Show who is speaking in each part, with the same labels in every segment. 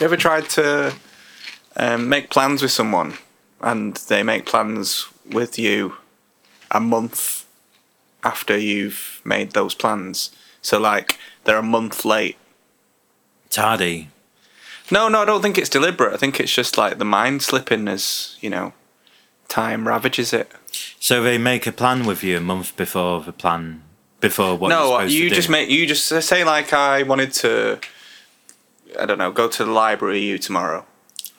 Speaker 1: You ever tried to um, make plans with someone and they make plans with you a month after you've made those plans? So, like, they're a month late.
Speaker 2: Tardy.
Speaker 1: No, no, I don't think it's deliberate. I think it's just like the mind slipping as, you know, time ravages it.
Speaker 2: So they make a plan with you a month before the plan, before what you're
Speaker 1: no, uh,
Speaker 2: supposed
Speaker 1: you
Speaker 2: to
Speaker 1: just
Speaker 2: do.
Speaker 1: make you just say like I wanted to I don't know, go to the library you tomorrow.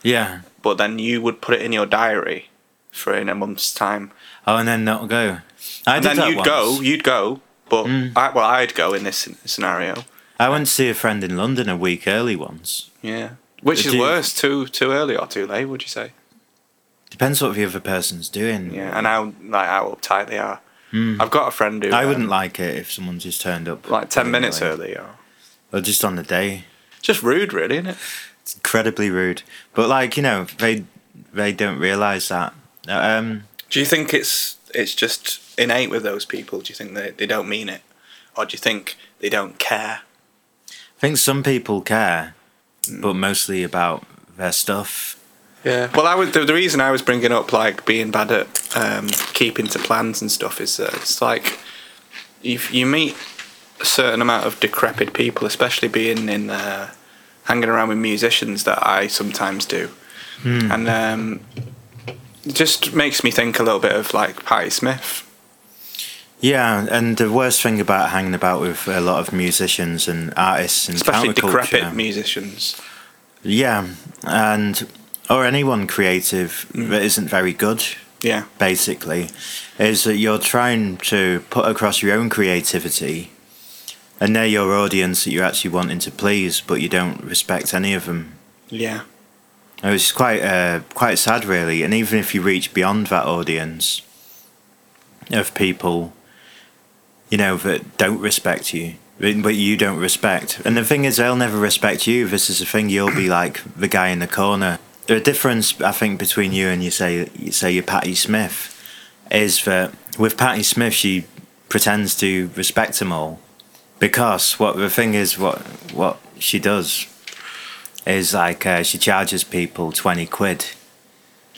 Speaker 2: Yeah.
Speaker 1: But then you would put it in your diary for in a month's time.
Speaker 2: Oh, and then not go. I
Speaker 1: And
Speaker 2: did that
Speaker 1: then you'd
Speaker 2: once. Mm.
Speaker 1: go, you'd go, but I, well I'd go in this scen- scenario.
Speaker 2: I went to see a friend in London a week early once.
Speaker 1: Yeah. Which
Speaker 2: Did
Speaker 1: is
Speaker 2: you-
Speaker 1: worse, too too early or too late, would you say?
Speaker 2: Depends what the other person's doing.
Speaker 1: Yeah, and how like how uptight they are. I've got a friend who
Speaker 2: Mm. I
Speaker 1: um,
Speaker 2: wouldn't like it if someone just turned up
Speaker 1: like ten
Speaker 2: really
Speaker 1: minutes
Speaker 2: late.
Speaker 1: early or
Speaker 2: or just on the day.
Speaker 1: just rude really, isn't it?
Speaker 2: It's incredibly rude. But like you know, they they don't realise that. Um,
Speaker 1: Do you think it's it's just innate with those people? Do you think they, they don't mean it? Or do you think they don't care?
Speaker 2: I think some people care, but mostly about their stuff.
Speaker 1: Yeah. Well, I was the, the reason I was bringing up like being bad at um, keeping to plans and stuff is that it's like if you meet a certain amount of decrepit people, especially being in uh, hanging around with musicians that I sometimes do, and um, it just makes me think a little bit of like Patti Smith.
Speaker 2: Yeah, and the worst thing about hanging about with a lot of musicians and artists and
Speaker 1: Especially
Speaker 2: counterculture-
Speaker 1: decrepit musicians.
Speaker 2: yeah, and or anyone creative
Speaker 1: Mm.
Speaker 2: that isn't very good,
Speaker 1: Yeah.
Speaker 2: basically, is that you're trying to put across your own creativity, and they're your audience that you're actually wanting to please, but you don't respect any of them.
Speaker 1: Yeah.
Speaker 2: It was quite uh, quite sad, really. And even if you reach beyond that audience of people, you know that don't respect you, but but you don't respect. And the thing is, they'll never respect you. This is the thing. You'll be like the guy in the corner. The difference, I think, between you and you say you say you're Patty Smith, is that with Patty Smith, she pretends to respect them all, because what the thing is, what what she does is like uh, she charges people 20 quid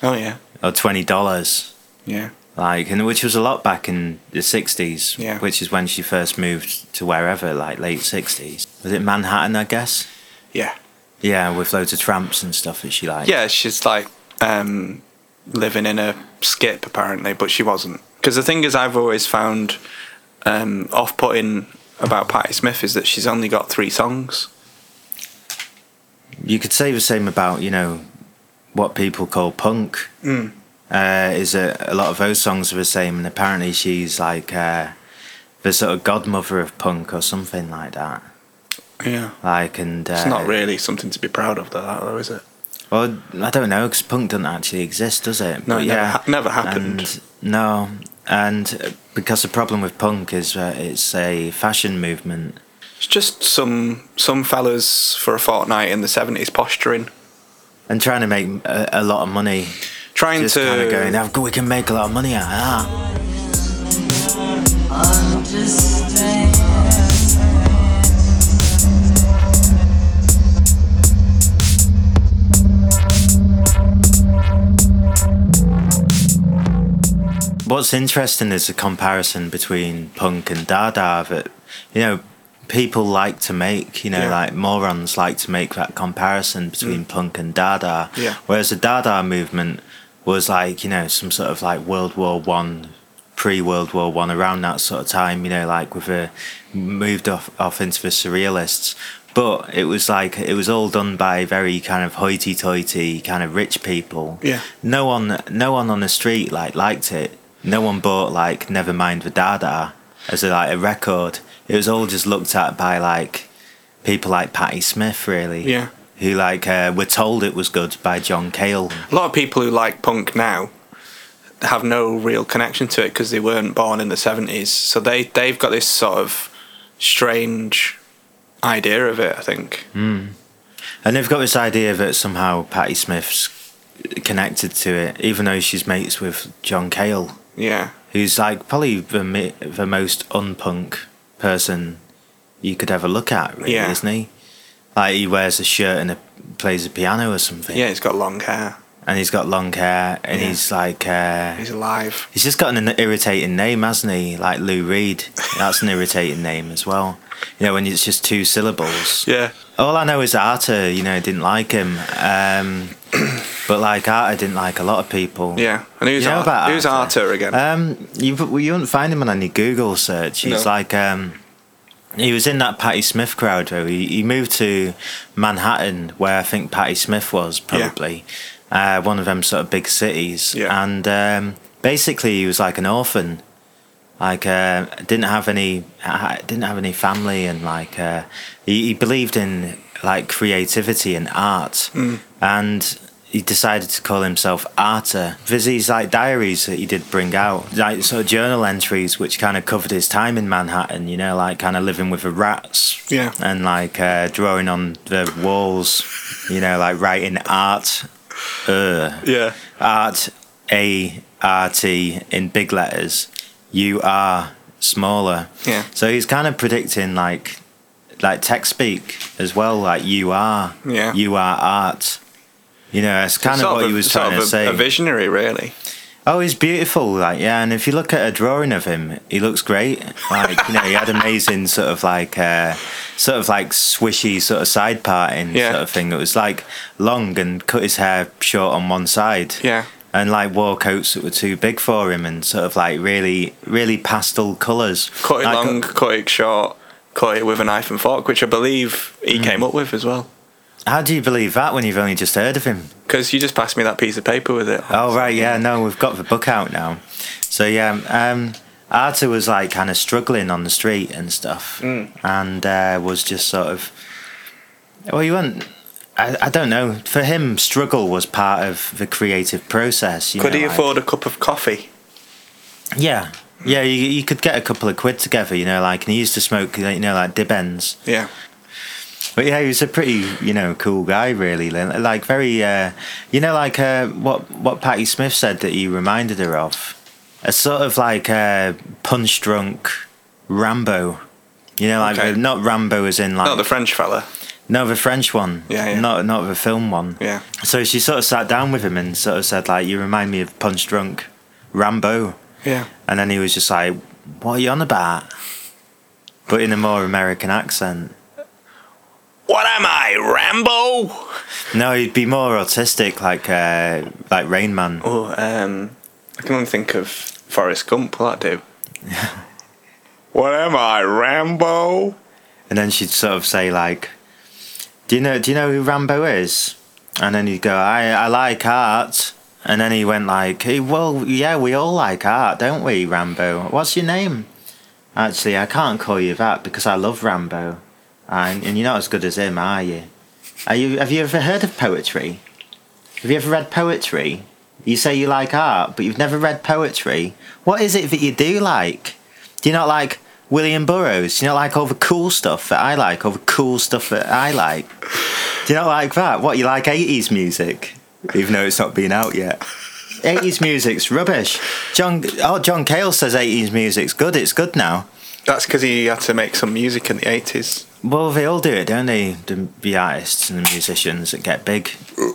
Speaker 1: Oh yeah.
Speaker 2: or 20 dollars
Speaker 1: Yeah.
Speaker 2: like and which was a lot back in the 60s
Speaker 1: Yeah.
Speaker 2: which is when she first moved to wherever like late 60s was it manhattan i guess
Speaker 1: Yeah.
Speaker 2: yeah with loads of tramps and stuff that she liked
Speaker 1: Yeah, she's like um, living in a skip apparently, but she wasn't. Because the thing is, I've always found um, off-putting about Patti Smith is that she's only got three songs.
Speaker 2: you could say the same about you know what people call punk
Speaker 1: Mm.
Speaker 2: uh, is that a lot of those songs are the same and apparently she's like uh, the sort of godmother of punk or something like that
Speaker 1: Yeah,
Speaker 2: like and uh,
Speaker 1: it's not really something to be proud of, that though, is it?
Speaker 2: Well, I don't know because punk doesn't actually exist, does it?
Speaker 1: No, it never ha- never happened.
Speaker 2: And, no, and uh, because the problem with punk is that it's a fashion movement.
Speaker 1: It's just some some fellas for a fortnight in the seventies posturing,
Speaker 2: And trying to make a, a lot of money,
Speaker 1: trying
Speaker 2: just
Speaker 1: to
Speaker 2: kind of going, "Oh, we can make a lot of money out of that." What's interesting is the comparison between punk and Dada that, you know, people like to make, you know,
Speaker 1: Yeah. Mm.
Speaker 2: like morons like to make that comparison between punk and Dada.
Speaker 1: Yeah.
Speaker 2: Whereas the Dada movement was like, you know, some sort of like World War One, pre World War One, around that sort of time, you know, like with a moved off, off into the surrealists. But it was like it was all done by very kind of hoity-toity, kind of rich people.
Speaker 1: Yeah.
Speaker 2: No one, no one on the street like liked it. No one bought like Nevermind the Dada as a, like a record. It was all just looked at by like people like Patti Smith, really.
Speaker 1: Yeah.
Speaker 2: Who like uh, were told it was good by John Cale.
Speaker 1: a lot of people who like punk now have no real connection to it because they weren't born in the 70s so they they've got this sort of strange idea of it i think
Speaker 2: Hmm. And they've got this idea that somehow Patti Smith's connected to it, even though she's mates with John Cale,
Speaker 1: yeah
Speaker 2: who's like probably the, mi- the most unpunk person you could ever look at, really,
Speaker 1: Yeah.
Speaker 2: isn't he? Like he wears a shirt and a plays the piano or something.
Speaker 1: Yeah, he's got long hair.
Speaker 2: And he's got long hair, and
Speaker 1: Yeah.
Speaker 2: he's like, uh,
Speaker 1: He's alive.
Speaker 2: he's just got an irritating name, hasn't he? Like Lou Reed. That's an irritating name as well. You know, when it's just two syllables.
Speaker 1: Yeah.
Speaker 2: All I know is that Arta, you know, didn't like him. Um, but like Arta didn't like a lot of people.
Speaker 1: Yeah. And who's
Speaker 2: You know
Speaker 1: Ar-
Speaker 2: about
Speaker 1: who's
Speaker 2: Arthur?
Speaker 1: Arthur again?
Speaker 2: Um, you well, you wouldn't find him on any Google search. He's
Speaker 1: No.
Speaker 2: like um, he was in that Patti Smith crowd. Though. He he moved to Manhattan, where I think Patti Smith was probably uh, one of them sort of big cities.
Speaker 1: Yeah.
Speaker 2: And um, basically, he was like an orphan. Like uh, didn't have any ha- didn't have any family, and like uh, he, he believed in like creativity and art and he decided to call himself Arta. There's these like diaries that he did bring out, like sort of journal entries, which kind of covered his time in Manhattan. You know, like kind of living with the rats,
Speaker 1: Yeah.
Speaker 2: and like uh, drawing on the walls. You know, like writing art, uh,
Speaker 1: yeah.
Speaker 2: art, a r t in big letters, u r smaller.
Speaker 1: Yeah.
Speaker 2: So he's kind of predicting like like tech speak as well, like you are.
Speaker 1: Yeah.
Speaker 2: You are art. You know, it's kind of
Speaker 1: Sort
Speaker 2: what
Speaker 1: a-
Speaker 2: he was
Speaker 1: sort
Speaker 2: trying
Speaker 1: of
Speaker 2: to
Speaker 1: a-
Speaker 2: say.
Speaker 1: A visionary, really.
Speaker 2: Oh, he's beautiful, like yeah. And if you look at a drawing of him, he looks great. Like you know, he had amazing sort of like uh, sort of like swishy sort of side parting
Speaker 1: Yeah.
Speaker 2: sort of thing. It was like long and cut his hair short on one side.
Speaker 1: Yeah.
Speaker 2: And like wore coats that were too big for him, and sort of like really, really pastel colours.
Speaker 1: Cut it
Speaker 2: Like,
Speaker 1: long, cut it short, cut it with a knife and fork, which I believe he
Speaker 2: Hmm.
Speaker 1: came up with as well.
Speaker 2: How do you believe that when you've only just heard of him?
Speaker 1: Because you just passed me that piece of paper with it.
Speaker 2: Oh right, yeah, no, we've got the book out now. So yeah, um, Arta was like kind of struggling on the street and stuff,
Speaker 1: Mm.
Speaker 2: and uh, was just sort of. Well, you weren't. I, I don't know. For him, struggle was part of the creative process. You
Speaker 1: Could
Speaker 2: know,
Speaker 1: he
Speaker 2: like-
Speaker 1: afford a cup of coffee?
Speaker 2: Yeah, yeah. You, you could get a couple of quid together, you know, like, and he used to smoke, you know, like dib ends.
Speaker 1: Yeah.
Speaker 2: But yeah, he was a pretty, you know, cool guy, really. Li- Like very, uh, you know, like uh, what what Patty Smith said that he reminded her of, a sort of like uh, punch drunk Rambo. You know, like
Speaker 1: Okay.
Speaker 2: the- not Rambo as in like
Speaker 1: Not the French fella.
Speaker 2: no the French one.
Speaker 1: Yeah, yeah.
Speaker 2: Not not the film one.
Speaker 1: Yeah.
Speaker 2: So she sort of sat down with him and sort of said like, "You remind me of punch drunk Rambo,"
Speaker 1: Yeah.
Speaker 2: and then he was just like, "What are you on about?" But in a more American accent.
Speaker 1: What am I, Rambo?
Speaker 2: No, he'd be more autistic, like uh, like Rain Man.
Speaker 1: Oh, um, I can only think of Forrest Gump. Will that do? what am I, Rambo?
Speaker 2: And then she'd sort of say like, "Do you know? Do you know who Rambo is?" And then he'd go, "I I like art." And then he went like, "Hey, "Well, yeah, we all like art, don't we, Rambo? What's your name?" Actually, I can't call you that because I love Rambo, and, and you're not as good as him, are you? Are you? Have you ever heard of poetry? Have you ever read poetry? You say you like art, but you've never read poetry. What is it that you do like? Do you not like William Burroughs? Do you not like all the cool stuff that I like? All the cool stuff that I like? Do you not like that? What, you like 80s music? Even though it's not been out yet. 80s music's rubbish. John, oh, John Cale says 80s music's good. It's good now.
Speaker 1: That's because he had to make some music in the eighties.
Speaker 2: Well, they all do it, don't they? The, the artists and the musicians that get big.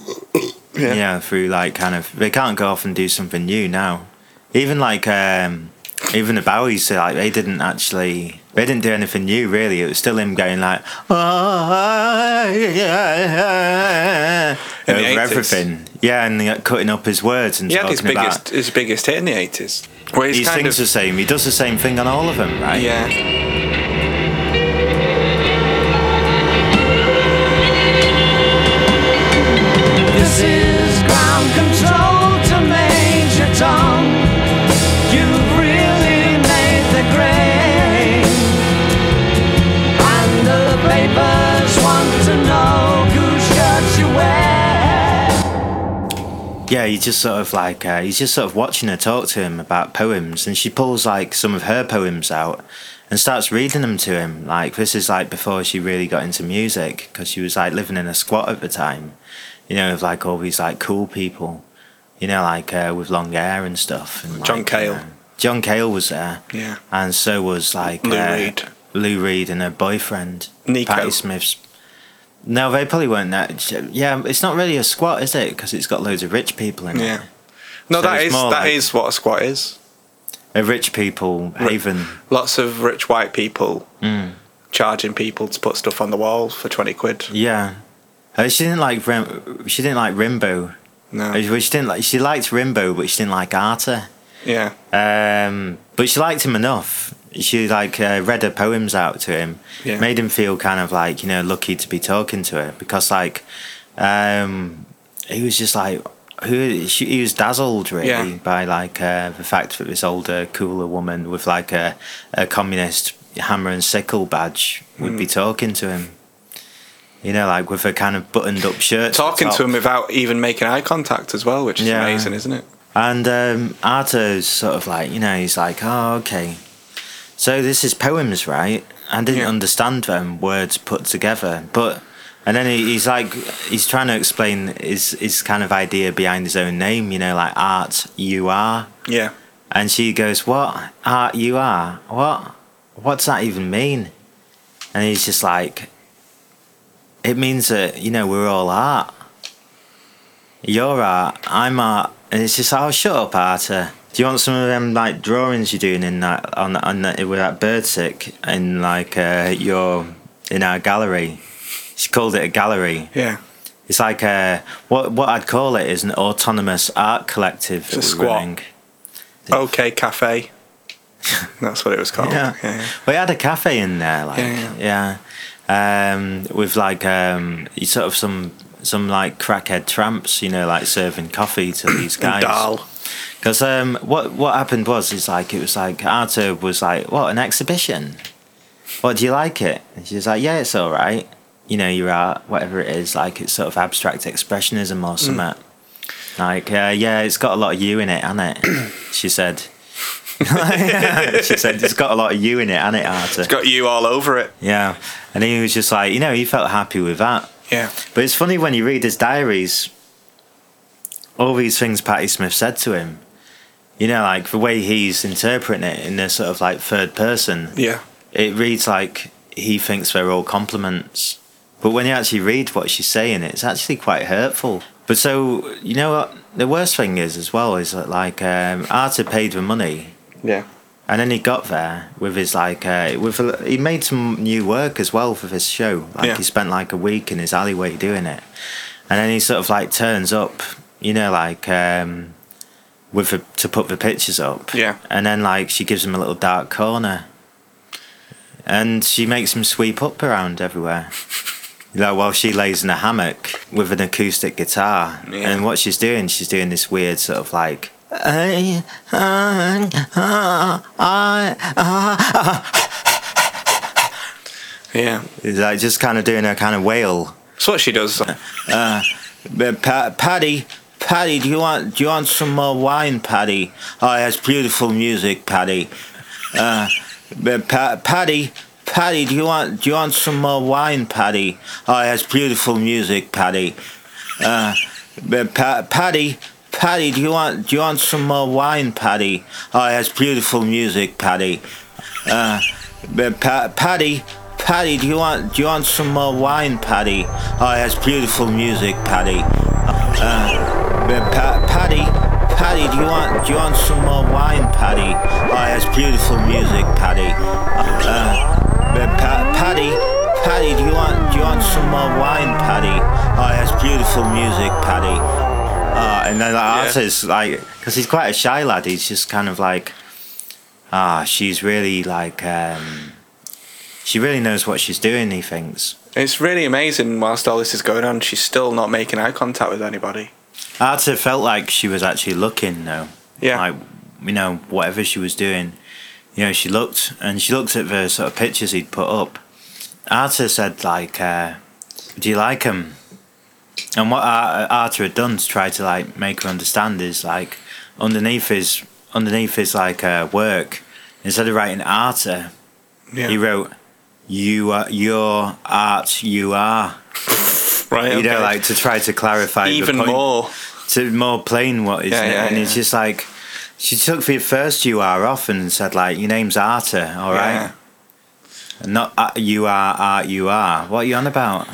Speaker 1: Yeah.
Speaker 2: yeah through like kind of they can't go off and do something new now even like um even the Bowies so, like they didn't actually they didn't do anything new really it was still him going like "Ah, yeah, yeah,"
Speaker 1: In the
Speaker 2: over
Speaker 1: 80s.
Speaker 2: everything yeah and like, cutting up his words and
Speaker 1: He had
Speaker 2: talking
Speaker 1: his biggest
Speaker 2: about
Speaker 1: his biggest hit in the eighties. Where he's
Speaker 2: he
Speaker 1: kind
Speaker 2: sings
Speaker 1: of
Speaker 2: the same he does the same thing on all of them right
Speaker 1: yeah.
Speaker 3: This is ground control to Major Tom. You've really made the grade. And the papers want to know whose shirt you wear.
Speaker 2: Yeah, he's just sort of like uh, he's just sort of watching her talk to him about poems, and she pulls like some of her poems out and starts reading them to him. Like this is like before she really got into music because she was like living in a squat at the time, you know, with like all these like cool people, you know, like uh, with long hair and stuff. And,
Speaker 1: John
Speaker 2: like,
Speaker 1: Cale.
Speaker 2: uh, John Cale was there,
Speaker 1: Yeah.
Speaker 2: and so was like
Speaker 1: Lou
Speaker 2: uh,
Speaker 1: Reed.
Speaker 2: Lou Reed and her boyfriend
Speaker 1: Nico.
Speaker 2: Patti Smith's. No, they probably weren't that. Yeah, it's not really a squat, is it? Because it's got loads of rich people in
Speaker 1: Yeah.
Speaker 2: it.
Speaker 1: No,
Speaker 2: So
Speaker 1: that
Speaker 2: it's
Speaker 1: is that
Speaker 2: more
Speaker 1: is
Speaker 2: like-
Speaker 1: what a squat is.
Speaker 2: A rich people
Speaker 1: Ri-
Speaker 2: haven.
Speaker 1: Lots of rich white people
Speaker 2: Hmm.
Speaker 1: charging people to put stuff on the wall for twenty quid.
Speaker 2: Yeah. Uh, she didn't like Rim- she didn't like Rimbo.
Speaker 1: No.
Speaker 2: Uh, She didn't like she liked Rimbo, but she didn't like Arta.
Speaker 1: Yeah.
Speaker 2: Um, but she liked him enough. She like uh, read her poems out to him,
Speaker 1: Yeah.
Speaker 2: made him feel kind of like you know lucky to be talking to her because like um, he was just like who she, he was dazzled really
Speaker 1: Yeah.
Speaker 2: by like uh, the fact that this older cooler woman with like a, a communist hammer and sickle badge would
Speaker 1: Hmm.
Speaker 2: be talking to him. You know, like with a kind of buttoned up shirt. the
Speaker 1: Talking
Speaker 2: top.
Speaker 1: to him without even making eye contact as well, which is
Speaker 2: Yeah.
Speaker 1: amazing, isn't it?
Speaker 2: And um, Arto's sort of like, you know, he's like, oh, okay. So this is poems, right? I didn't
Speaker 1: Yeah.
Speaker 2: understand them, words put together. But, and then he, he's like, he's trying to explain his, his kind of idea behind his own name, you know, like art, you are.
Speaker 1: Yeah.
Speaker 2: And she goes, What? Art you are? What? What's that even mean? And he's just like, It means that, you know, we're all art. You're art, I'm art. And it's just, Oh, shut up, Arta. Do you want some of them like drawings you're doing in that on on that with that birdsick in like uh, your in our gallery? She called it a gallery.
Speaker 1: Yeah.
Speaker 2: It's like a what what I'd call it is an autonomous art collective.
Speaker 1: a
Speaker 2: that we're
Speaker 1: squat.
Speaker 2: running.
Speaker 1: Okay, cafe. That's what it was called.
Speaker 2: Yeah.
Speaker 1: Yeah. yeah.
Speaker 2: We had a cafe in there, like
Speaker 1: Yeah,
Speaker 2: yeah, Um, with like um, you sort of some some like crackhead tramps, you know, like serving coffee to these guys.
Speaker 1: Dahl.
Speaker 2: Because um, what what happened was, it's like it was like Arthur was like, "What an exhibition! What do you like it?" And she was like, "Yeah, it's all right. You know, your art, whatever it is, like it's sort of abstract expressionism or something." Like, uh, yeah, it's got a lot of you in it, hasn't it? she said. she said, it's got a lot of you in it, hasn't it, Arthur?
Speaker 1: Got you all over it.
Speaker 2: Yeah. And he was just like, you know, he felt happy with that.
Speaker 1: Yeah.
Speaker 2: But it's funny when you read his diaries, all these things Patty Smith said to him, you know, like the way he's interpreting it in this sort of like third person,
Speaker 1: Yeah.
Speaker 2: it reads like he thinks they're all compliments. But when you actually read what she's saying, it's actually quite hurtful. But so, you know what? The worst thing is, as well, is that like um, Arta paid the money
Speaker 1: Yeah.
Speaker 2: and then he got there with his like uh, with a, he made some new work as well for this show. Like
Speaker 1: Yeah.
Speaker 2: he spent like a week in his alleyway doing it, and then he sort of like turns up, you know, like um, with the, to put the pictures up.
Speaker 1: Yeah.
Speaker 2: And then like she gives him a little dark corner, and she makes him sweep up around everywhere. Like while she lays in a hammock with an acoustic guitar,
Speaker 1: Yeah.
Speaker 2: and what she's doing, she's doing this weird sort of like. "I- I- I- I-
Speaker 1: Yeah.
Speaker 2: It's like just kind of doing a kind of wail.
Speaker 1: That's what she does.
Speaker 2: But Pa- Paddy, Paddy, do you want do you want some more wine, Paddy? Oh, that's beautiful music, Paddy. Uh, but pa- Paddy, Paddy, do you want do you want some more wine, Paddy? Oh, that's beautiful music, Paddy. Uh, but pa- Paddy, Paddy, do you want do you want some more wine, Paddy? Oh, that's beautiful music, Paddy. Uh, But pa- Paddy, Paddy, do you want do you want some more wine, Paddy? Oh, that's beautiful music, Paddy. Uh, but pa- Paddy, Paddy, do you want do you want some more wine, Paddy? Oh, that's beautiful music, Paddy. Uh, but pa- Paddy, Paddy, do you want do you want some more wine, Paddy? Oh, that's beautiful music, Paddy. Uh, and then the artist, like, because he's quite a shy lad, he's just kind of like, ah, she's really like, um, she really knows what she's doing. He thinks
Speaker 1: It's really amazing. Whilst all this is going on, she's still not making eye contact with anybody.
Speaker 2: Arta felt like she was actually looking though.
Speaker 1: Yeah.
Speaker 2: like you know whatever she was doing, you know she looked and she looked at the sort of pictures he'd put up. Arta said like, uh, "Do you like him?" And what Ar- Arta had done to try to like make her understand is like underneath his underneath his like uh, work, instead of writing Arta,
Speaker 1: yeah.
Speaker 2: He wrote, "You are your art. You are."
Speaker 1: right.
Speaker 2: You know,
Speaker 1: okay.
Speaker 2: like to try to clarify
Speaker 1: even
Speaker 2: the point,
Speaker 1: more.
Speaker 2: to more plain what is
Speaker 1: Yeah,
Speaker 2: it?
Speaker 1: yeah,
Speaker 2: and it's
Speaker 1: yeah.
Speaker 2: just like she took the first "you are" off and said like, "Your name's Arta, all right."
Speaker 1: Yeah.
Speaker 2: And not uh, you are art. You are. What are you on about?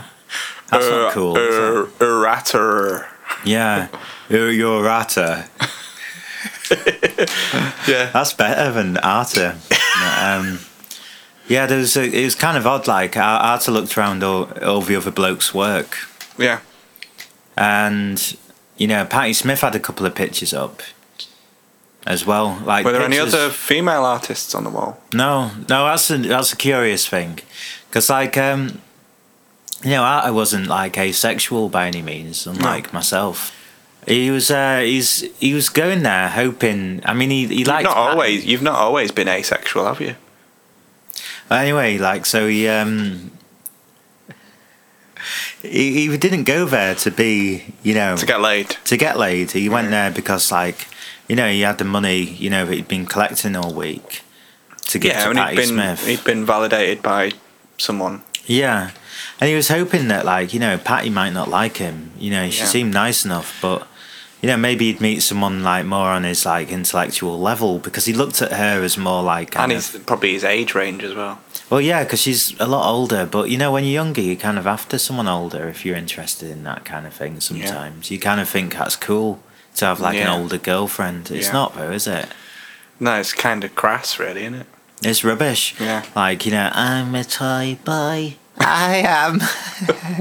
Speaker 2: That's not cool, is
Speaker 1: Er, errater.
Speaker 2: Yeah. You're, you're rata.
Speaker 1: Yeah.
Speaker 2: That's better than Arta. um, yeah, there was a, it was kind of odd. Like Ar- Arta looked around all, all the other blokes' work,
Speaker 1: Yeah.
Speaker 2: and you know, Patty Smith had a couple of pictures up as well. Like,
Speaker 1: Were there any
Speaker 2: pictures-
Speaker 1: other female artists on the wall?
Speaker 2: No, no, that's a that's a curious thing, because like um, you know, I, I wasn't like asexual by any means, unlike myself. He was uh, he's he was going there hoping. I mean, he he
Speaker 1: You've
Speaker 2: liked
Speaker 1: not
Speaker 2: Patty.
Speaker 1: always. You've not always been asexual, have you?
Speaker 2: Anyway, like so he um he, he didn't go there to be, you know,
Speaker 1: To get laid.
Speaker 2: to get laid. He went there because like, you know, he had the money, you know, that he'd been collecting all week to get
Speaker 1: Yeah,
Speaker 2: to
Speaker 1: and
Speaker 2: Patty
Speaker 1: he'd been
Speaker 2: Smith.
Speaker 1: he'd been validated by someone.
Speaker 2: Yeah. And he was hoping that like, you know, Patty might not like him. You know, she
Speaker 1: Yeah.
Speaker 2: seemed nice enough, but you know, maybe he'd meet someone like more on his like intellectual level because he looked at her as more like kind
Speaker 1: and
Speaker 2: of-
Speaker 1: he's probably his age range as well.
Speaker 2: Well, yeah, because she's a lot older. But you know, when you're younger, you're kind of after someone older if you're interested in that kind of thing. Sometimes you kind of think that's cool to have like
Speaker 1: Yeah.
Speaker 2: an older girlfriend. It's
Speaker 1: Yeah.
Speaker 2: not though, is it?
Speaker 1: No, it's kind of crass, really, isn't it?
Speaker 2: It's rubbish.
Speaker 1: Yeah.
Speaker 2: Like you know, I'm a toy boy. I am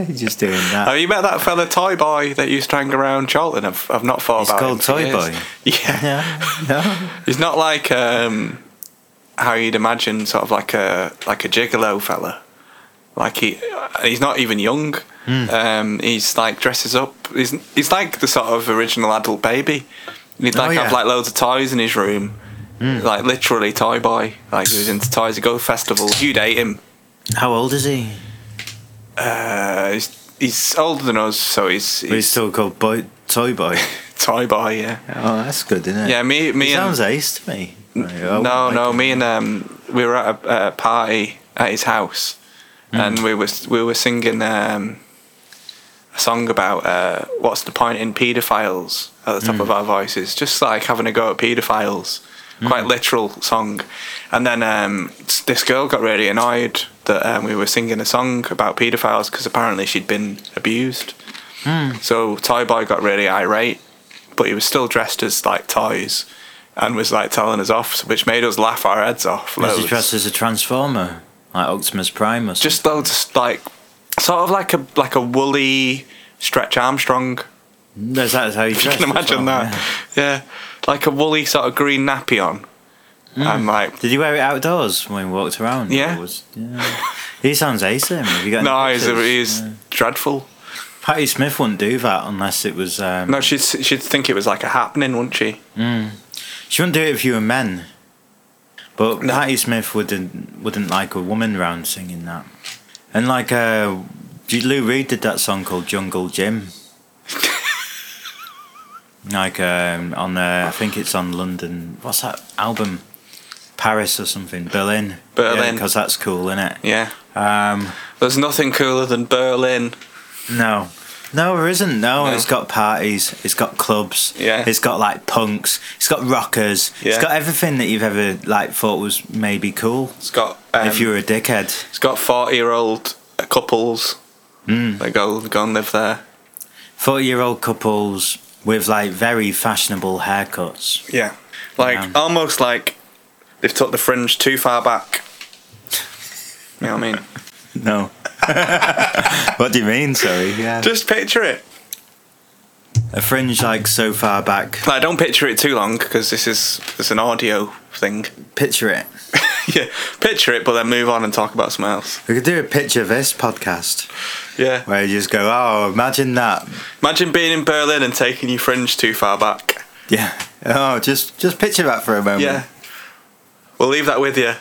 Speaker 2: just doing
Speaker 1: Have
Speaker 2: that.
Speaker 1: you met that fella Toy Boy that used to hang around Charlton? I've, I've not thought
Speaker 2: He's
Speaker 1: about
Speaker 2: called
Speaker 1: him for
Speaker 2: Toy
Speaker 1: years.
Speaker 2: Boy?
Speaker 1: Yeah.
Speaker 2: Yeah. No.
Speaker 1: He's not like um, how you'd imagine, sort of like a like a gigolo fella. Like he, he's not even young.
Speaker 2: Hmm.
Speaker 1: Um, he's like dresses up. He's he's like the sort of original adult baby. And He'd
Speaker 2: Oh,
Speaker 1: like
Speaker 2: yeah. Hmm.
Speaker 1: have like loads of toys in his room. Like literally toy boy. Like he was into toys. He'd go to festivals. You'd hate him.
Speaker 2: How old is he?
Speaker 1: Uh, he's, he's older than us, so he's,
Speaker 2: But he's
Speaker 1: he's
Speaker 2: still called boy, Toy Boy.
Speaker 1: toy boy. Yeah.
Speaker 2: oh, that's good, isn't it?
Speaker 1: Yeah. Me me
Speaker 2: He
Speaker 1: and
Speaker 2: sounds ace to me.
Speaker 1: no, no. Me and um, we were at a, a party at his house, and we was we were singing um, a song about uh, what's the point in paedophiles at the top of our voices, just like having a go at paedophiles. Quite literal song, and then um, s- this girl got really annoyed that um, we were singing a song about paedophiles because apparently she'd been abused. So Toy Boy got really irate, but he was still dressed as like toys and was like telling us off, which made us laugh our heads off.
Speaker 2: Was he
Speaker 1: loads.
Speaker 2: dressed as a transformer, like Optimus Prime or something?
Speaker 1: Just loads of, like sort of like a like a woolly stretch Armstrong.
Speaker 2: That's, that's how you
Speaker 1: You
Speaker 2: dress.
Speaker 1: can
Speaker 2: as
Speaker 1: imagine
Speaker 2: well,
Speaker 1: that.
Speaker 2: yeah.
Speaker 1: Yeah. Like a woolly sort of green nappy on.
Speaker 2: Hmm.
Speaker 1: And like
Speaker 2: Did you wear it outdoors when we walked around?
Speaker 1: Yeah.
Speaker 2: Or Was, yeah. he sounds ace. Him. Have you got any
Speaker 1: no, he's,
Speaker 2: pictures?
Speaker 1: he's
Speaker 2: Yeah.
Speaker 1: dreadful.
Speaker 2: Patty Smith wouldn't do that unless it was. Um,
Speaker 1: No, she'd she'd think it was like a happening, wouldn't she?
Speaker 2: She wouldn't do it if you were men. But
Speaker 1: No.
Speaker 2: Patty Smith wouldn't wouldn't like a woman round singing that. And like uh, Lou Reed did that song called Jungle Jim. like um, on uh, I think it's on London. What's that album? Paris or something? Berlin.
Speaker 1: Berlin.
Speaker 2: Because that's cool, isn't it?
Speaker 1: Yeah.
Speaker 2: Um,
Speaker 1: There's nothing cooler than Berlin.
Speaker 2: no. No, there isn't. No,
Speaker 1: No.
Speaker 2: it's got parties. It's got clubs.
Speaker 1: Yeah.
Speaker 2: It's got like punks. It's got rockers.
Speaker 1: Yeah.
Speaker 2: It's got everything that you've ever like thought was maybe cool
Speaker 1: It's got um,
Speaker 2: if you were a dickhead.
Speaker 1: It's got forty-year-old couples. Mm. They go go and live there.
Speaker 2: Forty-year-old couples with like very fashionable haircuts.
Speaker 1: Yeah, like
Speaker 2: Yeah.
Speaker 1: almost like they've took the fringe too far back. You know what I mean?
Speaker 2: No. what do you mean? Sorry. Yeah.
Speaker 1: Just picture it.
Speaker 2: a fringe like so far back.
Speaker 1: Like, don't picture it too long because this is it's an audio thing.
Speaker 2: Picture it.
Speaker 1: yeah, picture it, but then move on and talk about something else.
Speaker 2: We could do a picture this podcast
Speaker 1: Yeah,
Speaker 2: where you just go, "Oh, imagine that."
Speaker 1: imagine being in Berlin and taking your fringe too far back.
Speaker 2: Yeah. Oh, just just picture that for a moment.
Speaker 1: Yeah, we'll leave that with you.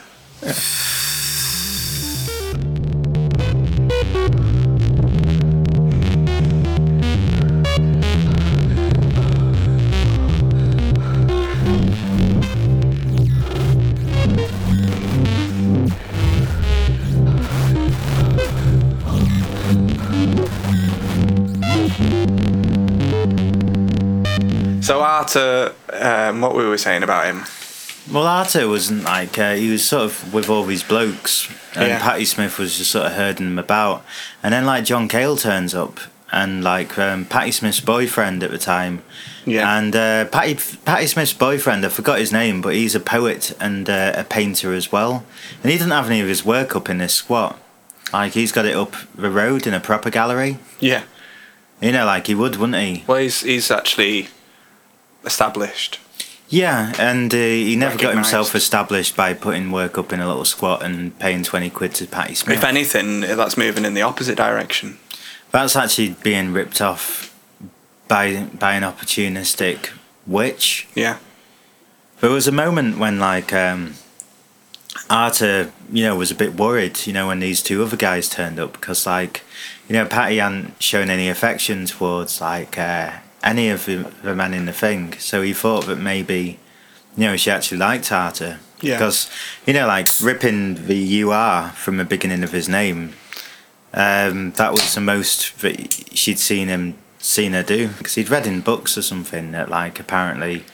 Speaker 1: So Arta, um, what we were saying about him,
Speaker 2: Well, Arto wasn't like uh, he was sort of with all these blokes, and
Speaker 1: Yeah.
Speaker 2: Patty Smith was just sort of herding them about. And then like John Cale turns up, and like um, Patty Smith's boyfriend at the time,
Speaker 1: Yeah.
Speaker 2: and uh, Patty Patty Smith's boyfriend, I forgot his name, but he's a poet and uh, a painter as well. And he doesn't have any of his work up in this squat. Like he's got it up the road in a proper gallery.
Speaker 1: Yeah.
Speaker 2: You know, like he would, wouldn't he?
Speaker 1: Well, he's, he's actually established.
Speaker 2: Yeah, and uh, he never got himself
Speaker 1: Recognised.
Speaker 2: established by putting work up in a little squat and paying 20 quid to Patty Smith.
Speaker 1: If anything, that's moving in the opposite direction.
Speaker 2: That's actually being ripped off by by an opportunistic witch.
Speaker 1: Yeah.
Speaker 2: There was a moment when like um Arta, you know, was a bit worried, you know, when these two other guys turned up because like, you know, Patty hadn't shown any affection towards like uh, any of the, the men in the thing, so he thought that maybe, you know, she actually liked Arta.
Speaker 1: Yeah.
Speaker 2: Because you know, like ripping the UR from the beginning of his name, um, that was the most that she'd seen him seen her do because he'd read in books or something that like apparently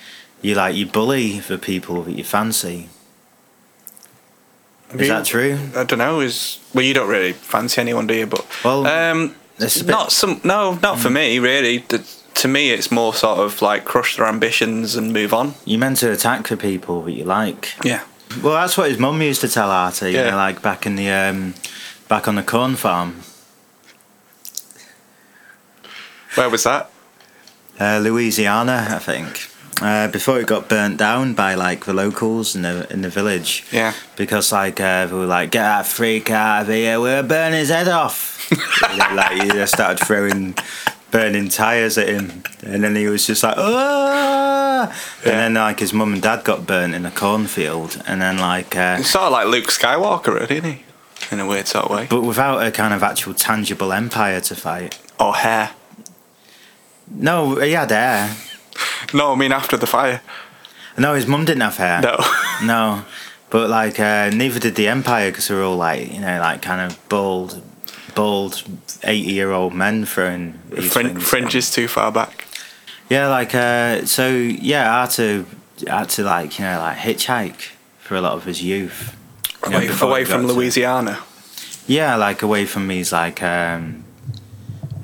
Speaker 2: you like you bully the people that you fancy. Is
Speaker 1: you-
Speaker 2: that true?
Speaker 1: I don't know. Is well, you don't really fancy anyone, do you? But
Speaker 2: Well,
Speaker 1: um,
Speaker 2: it's a bit- Mm.
Speaker 1: not some. No, not for me. Really, Th- to me, it's more sort of like crush their ambitions and move on.
Speaker 2: You meant to attack the people that you like.
Speaker 1: Yeah,
Speaker 2: Well, that's what his mum used to tell Artie, you
Speaker 1: Yeah.
Speaker 2: know, like back in the um, back on the corn farm.
Speaker 1: where was that?
Speaker 2: uh, Louisiana, I think, uh, before it got burnt down by like the locals in the in the village.
Speaker 1: Yeah.
Speaker 2: because like uh, they were like, "Get that freak out of here! We'll burn his head off!" And then, like they just started throwing burning tires at him, and then he was just like, "Ah!" And then like his mum and dad got burnt in a cornfield, and then like. Uh,
Speaker 1: It's sort of like Luke Skywalker, really, isn't he? In a weird sort of way.
Speaker 2: but without a kind of actual tangible empire to fight.
Speaker 1: Or hair.
Speaker 2: No, he had hair.
Speaker 1: No, I mean after the fire.
Speaker 2: No, his mum didn't have hair.
Speaker 1: No.
Speaker 2: No, but like uh, neither did the Empire because they were all like you know like kind of bald, bald eighty-year-old men throwing these
Speaker 1: Frin-
Speaker 2: things.
Speaker 1: fringe is too far back.
Speaker 2: Yeah, like uh, so. Yeah, I had to I had to like you know like hitchhike for a lot of his youth. you know,
Speaker 1: Away,
Speaker 2: before
Speaker 1: away
Speaker 2: he got
Speaker 1: from
Speaker 2: to-
Speaker 1: Louisiana.
Speaker 2: Yeah, like away from these like um,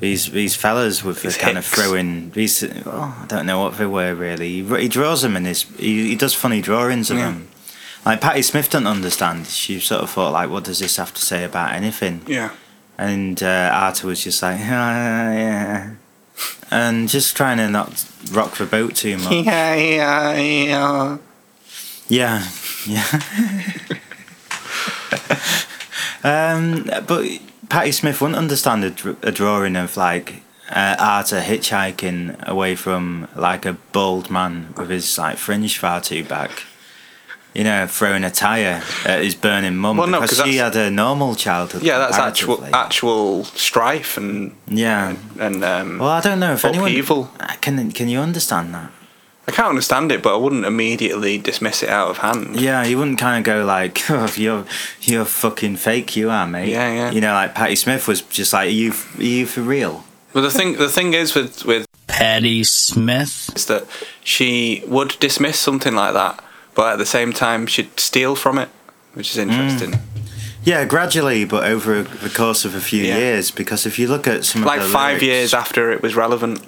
Speaker 2: these these fellas with the
Speaker 1: These
Speaker 2: kind of
Speaker 1: hicks.
Speaker 2: throwing these. Oh, I don't know what they were really. He, he draws them in his. He, he does funny drawings of
Speaker 1: Yeah.
Speaker 2: them. Like Patty Smith doesn't understand. She sort of thought like, what does this have to say about anything?
Speaker 1: Yeah.
Speaker 2: And uh, Arta was just like, "Ah, yeah, and just trying to not rock the boat too much.
Speaker 1: Yeah, yeah, yeah.
Speaker 2: yeah, yeah. Um, but Patty Smith wouldn't understand a, dr- a drawing of like uh, Arta hitchhiking away from like a bald man with his like fringe far too back. You know, throwing a tire at his burning mum
Speaker 1: Well, no,
Speaker 2: because
Speaker 1: 'cause
Speaker 2: she had
Speaker 1: that's-
Speaker 2: a normal childhood.
Speaker 1: Yeah, that's actual
Speaker 2: comparatively.
Speaker 1: actual strife and
Speaker 2: yeah.
Speaker 1: and um,
Speaker 2: Well, I don't know if anyone
Speaker 1: Upheaval.
Speaker 2: can. Can you understand that?
Speaker 1: I can't understand it, but I wouldn't immediately dismiss it out of hand.
Speaker 2: Yeah, you wouldn't kind of go like, oh, "You're you're fucking fake, you are, mate."
Speaker 1: Yeah, yeah.
Speaker 2: You know, like Patty Smith was just like, are "You f- are you for real?"
Speaker 1: But the thing the thing is with with
Speaker 4: Patty Smith.
Speaker 1: is that she would dismiss something like that, but at the same time she'd steal from it, which is interesting.
Speaker 2: Yeah, gradually, but over the course of a few
Speaker 1: Yeah.
Speaker 2: years, because if you look at some
Speaker 1: Like
Speaker 2: of the
Speaker 1: five
Speaker 2: lyrics-
Speaker 1: years after it was relevant.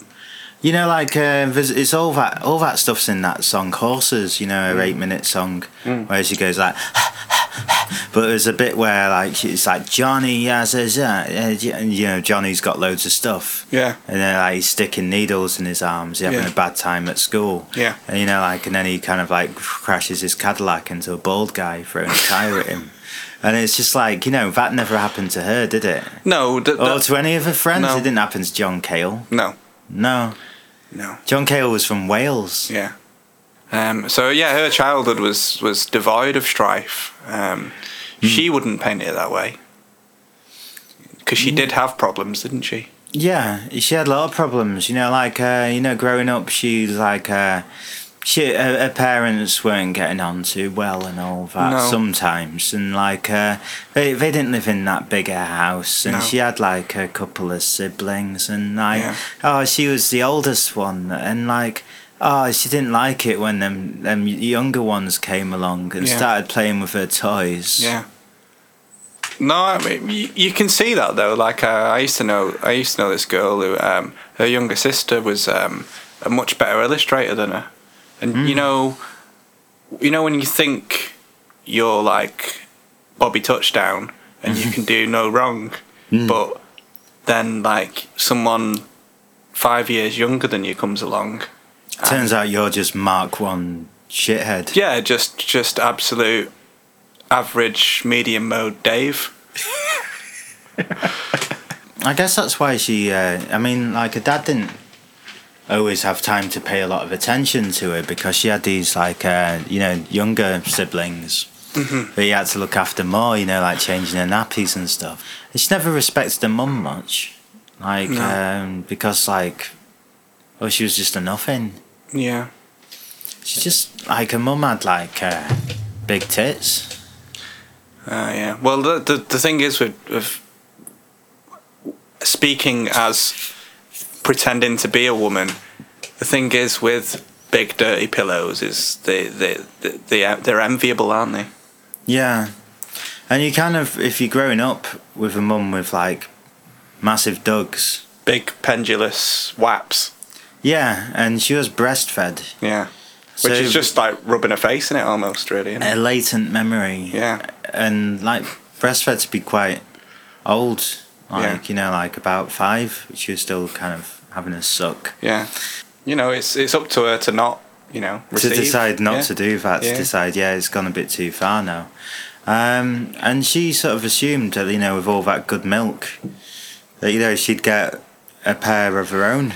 Speaker 2: you know, like uh, there's- it's all that all that stuff's in that song "Horses," you know, her
Speaker 1: Mm.
Speaker 2: eight-minute song, where she goes like. But there's a bit where like it's like Johnny has his, uh, uh, and you know Johnny's got loads of stuff.
Speaker 1: Yeah.
Speaker 2: and then like he's sticking needles in his arms, he's having
Speaker 1: Yeah.
Speaker 2: a bad time at school.
Speaker 1: Yeah.
Speaker 2: and you know, like, and then he kind of like crashes his Cadillac into a bald guy throwing a tire at him, and it's just like you know that never happened to her, did it?
Speaker 1: No, th-
Speaker 2: Or
Speaker 1: that-
Speaker 2: to any of her friends?
Speaker 1: No.
Speaker 2: It didn't happen to John Cale.
Speaker 1: no,
Speaker 2: No,
Speaker 1: no.
Speaker 2: John Cale was from Wales.
Speaker 1: Yeah. Um, so yeah, her childhood was was devoid of strife. Um, She wouldn't paint it that way because she did have problems, didn't she?
Speaker 2: Yeah, she had a lot of problems. You know, like uh, you know, growing up, she was like uh, she her, her parents weren't getting on too well and all that
Speaker 1: No.
Speaker 2: sometimes, and like uh, they they didn't live in that bigger house, and
Speaker 1: No.
Speaker 2: she had like a couple of siblings, and like
Speaker 1: Yeah.
Speaker 2: oh, she was the oldest one, and like Oh, she didn't like it when them them younger ones came along and
Speaker 1: Yeah.
Speaker 2: started playing with her toys.
Speaker 1: Yeah. No, I mean you, you can see that though. Like uh, I used to know, I used to know this girl who um, her younger sister was um, a much better illustrator than her, and you know, you know when you think you're like Bobby Touchdown and you can do no wrong, but then like someone five years younger than you comes along
Speaker 2: Turns out you're just Mark One shithead.
Speaker 1: Yeah, just just absolute average medium mode Dave.
Speaker 2: I guess that's why she. Uh, I mean, like her dad didn't always have time to pay a lot of attention to her because she had these like uh, you know younger siblings that he had to look after more. You know, like changing her nappies and stuff. And she never respected her mum much, like
Speaker 1: No.
Speaker 2: um, because like, well, she was just a nothing.
Speaker 1: Yeah.
Speaker 2: She just like her mum had like uh, big tits.
Speaker 1: Uh, yeah. Well, the, the the thing is with, with speaking as pretending to be a woman, the thing is with big dirty pillows is they they they, they they're enviable, aren't they?
Speaker 2: Yeah, and you kind of if you're growing up with a mum with like massive dugs.
Speaker 1: Big pendulous waps.
Speaker 2: Yeah, and she was breastfed.
Speaker 1: Yeah.
Speaker 2: So- Uh,
Speaker 1: Which is just like rubbing a face in it almost, really. Isn't it?
Speaker 2: A latent memory.
Speaker 1: Yeah.
Speaker 2: And like breastfed to be quite old, like
Speaker 1: Yeah.
Speaker 2: you know, like about five. She was still kind of having a suck
Speaker 1: Yeah. You know, it's it's up to her to not, you know, receive.
Speaker 2: to decide not
Speaker 1: Yeah.
Speaker 2: to do that. To
Speaker 1: Yeah.
Speaker 2: decide, yeah, it's gone a bit too far now. Um, and she sort of assumed that you know, with all that good milk, that you know she'd get a pair of her own.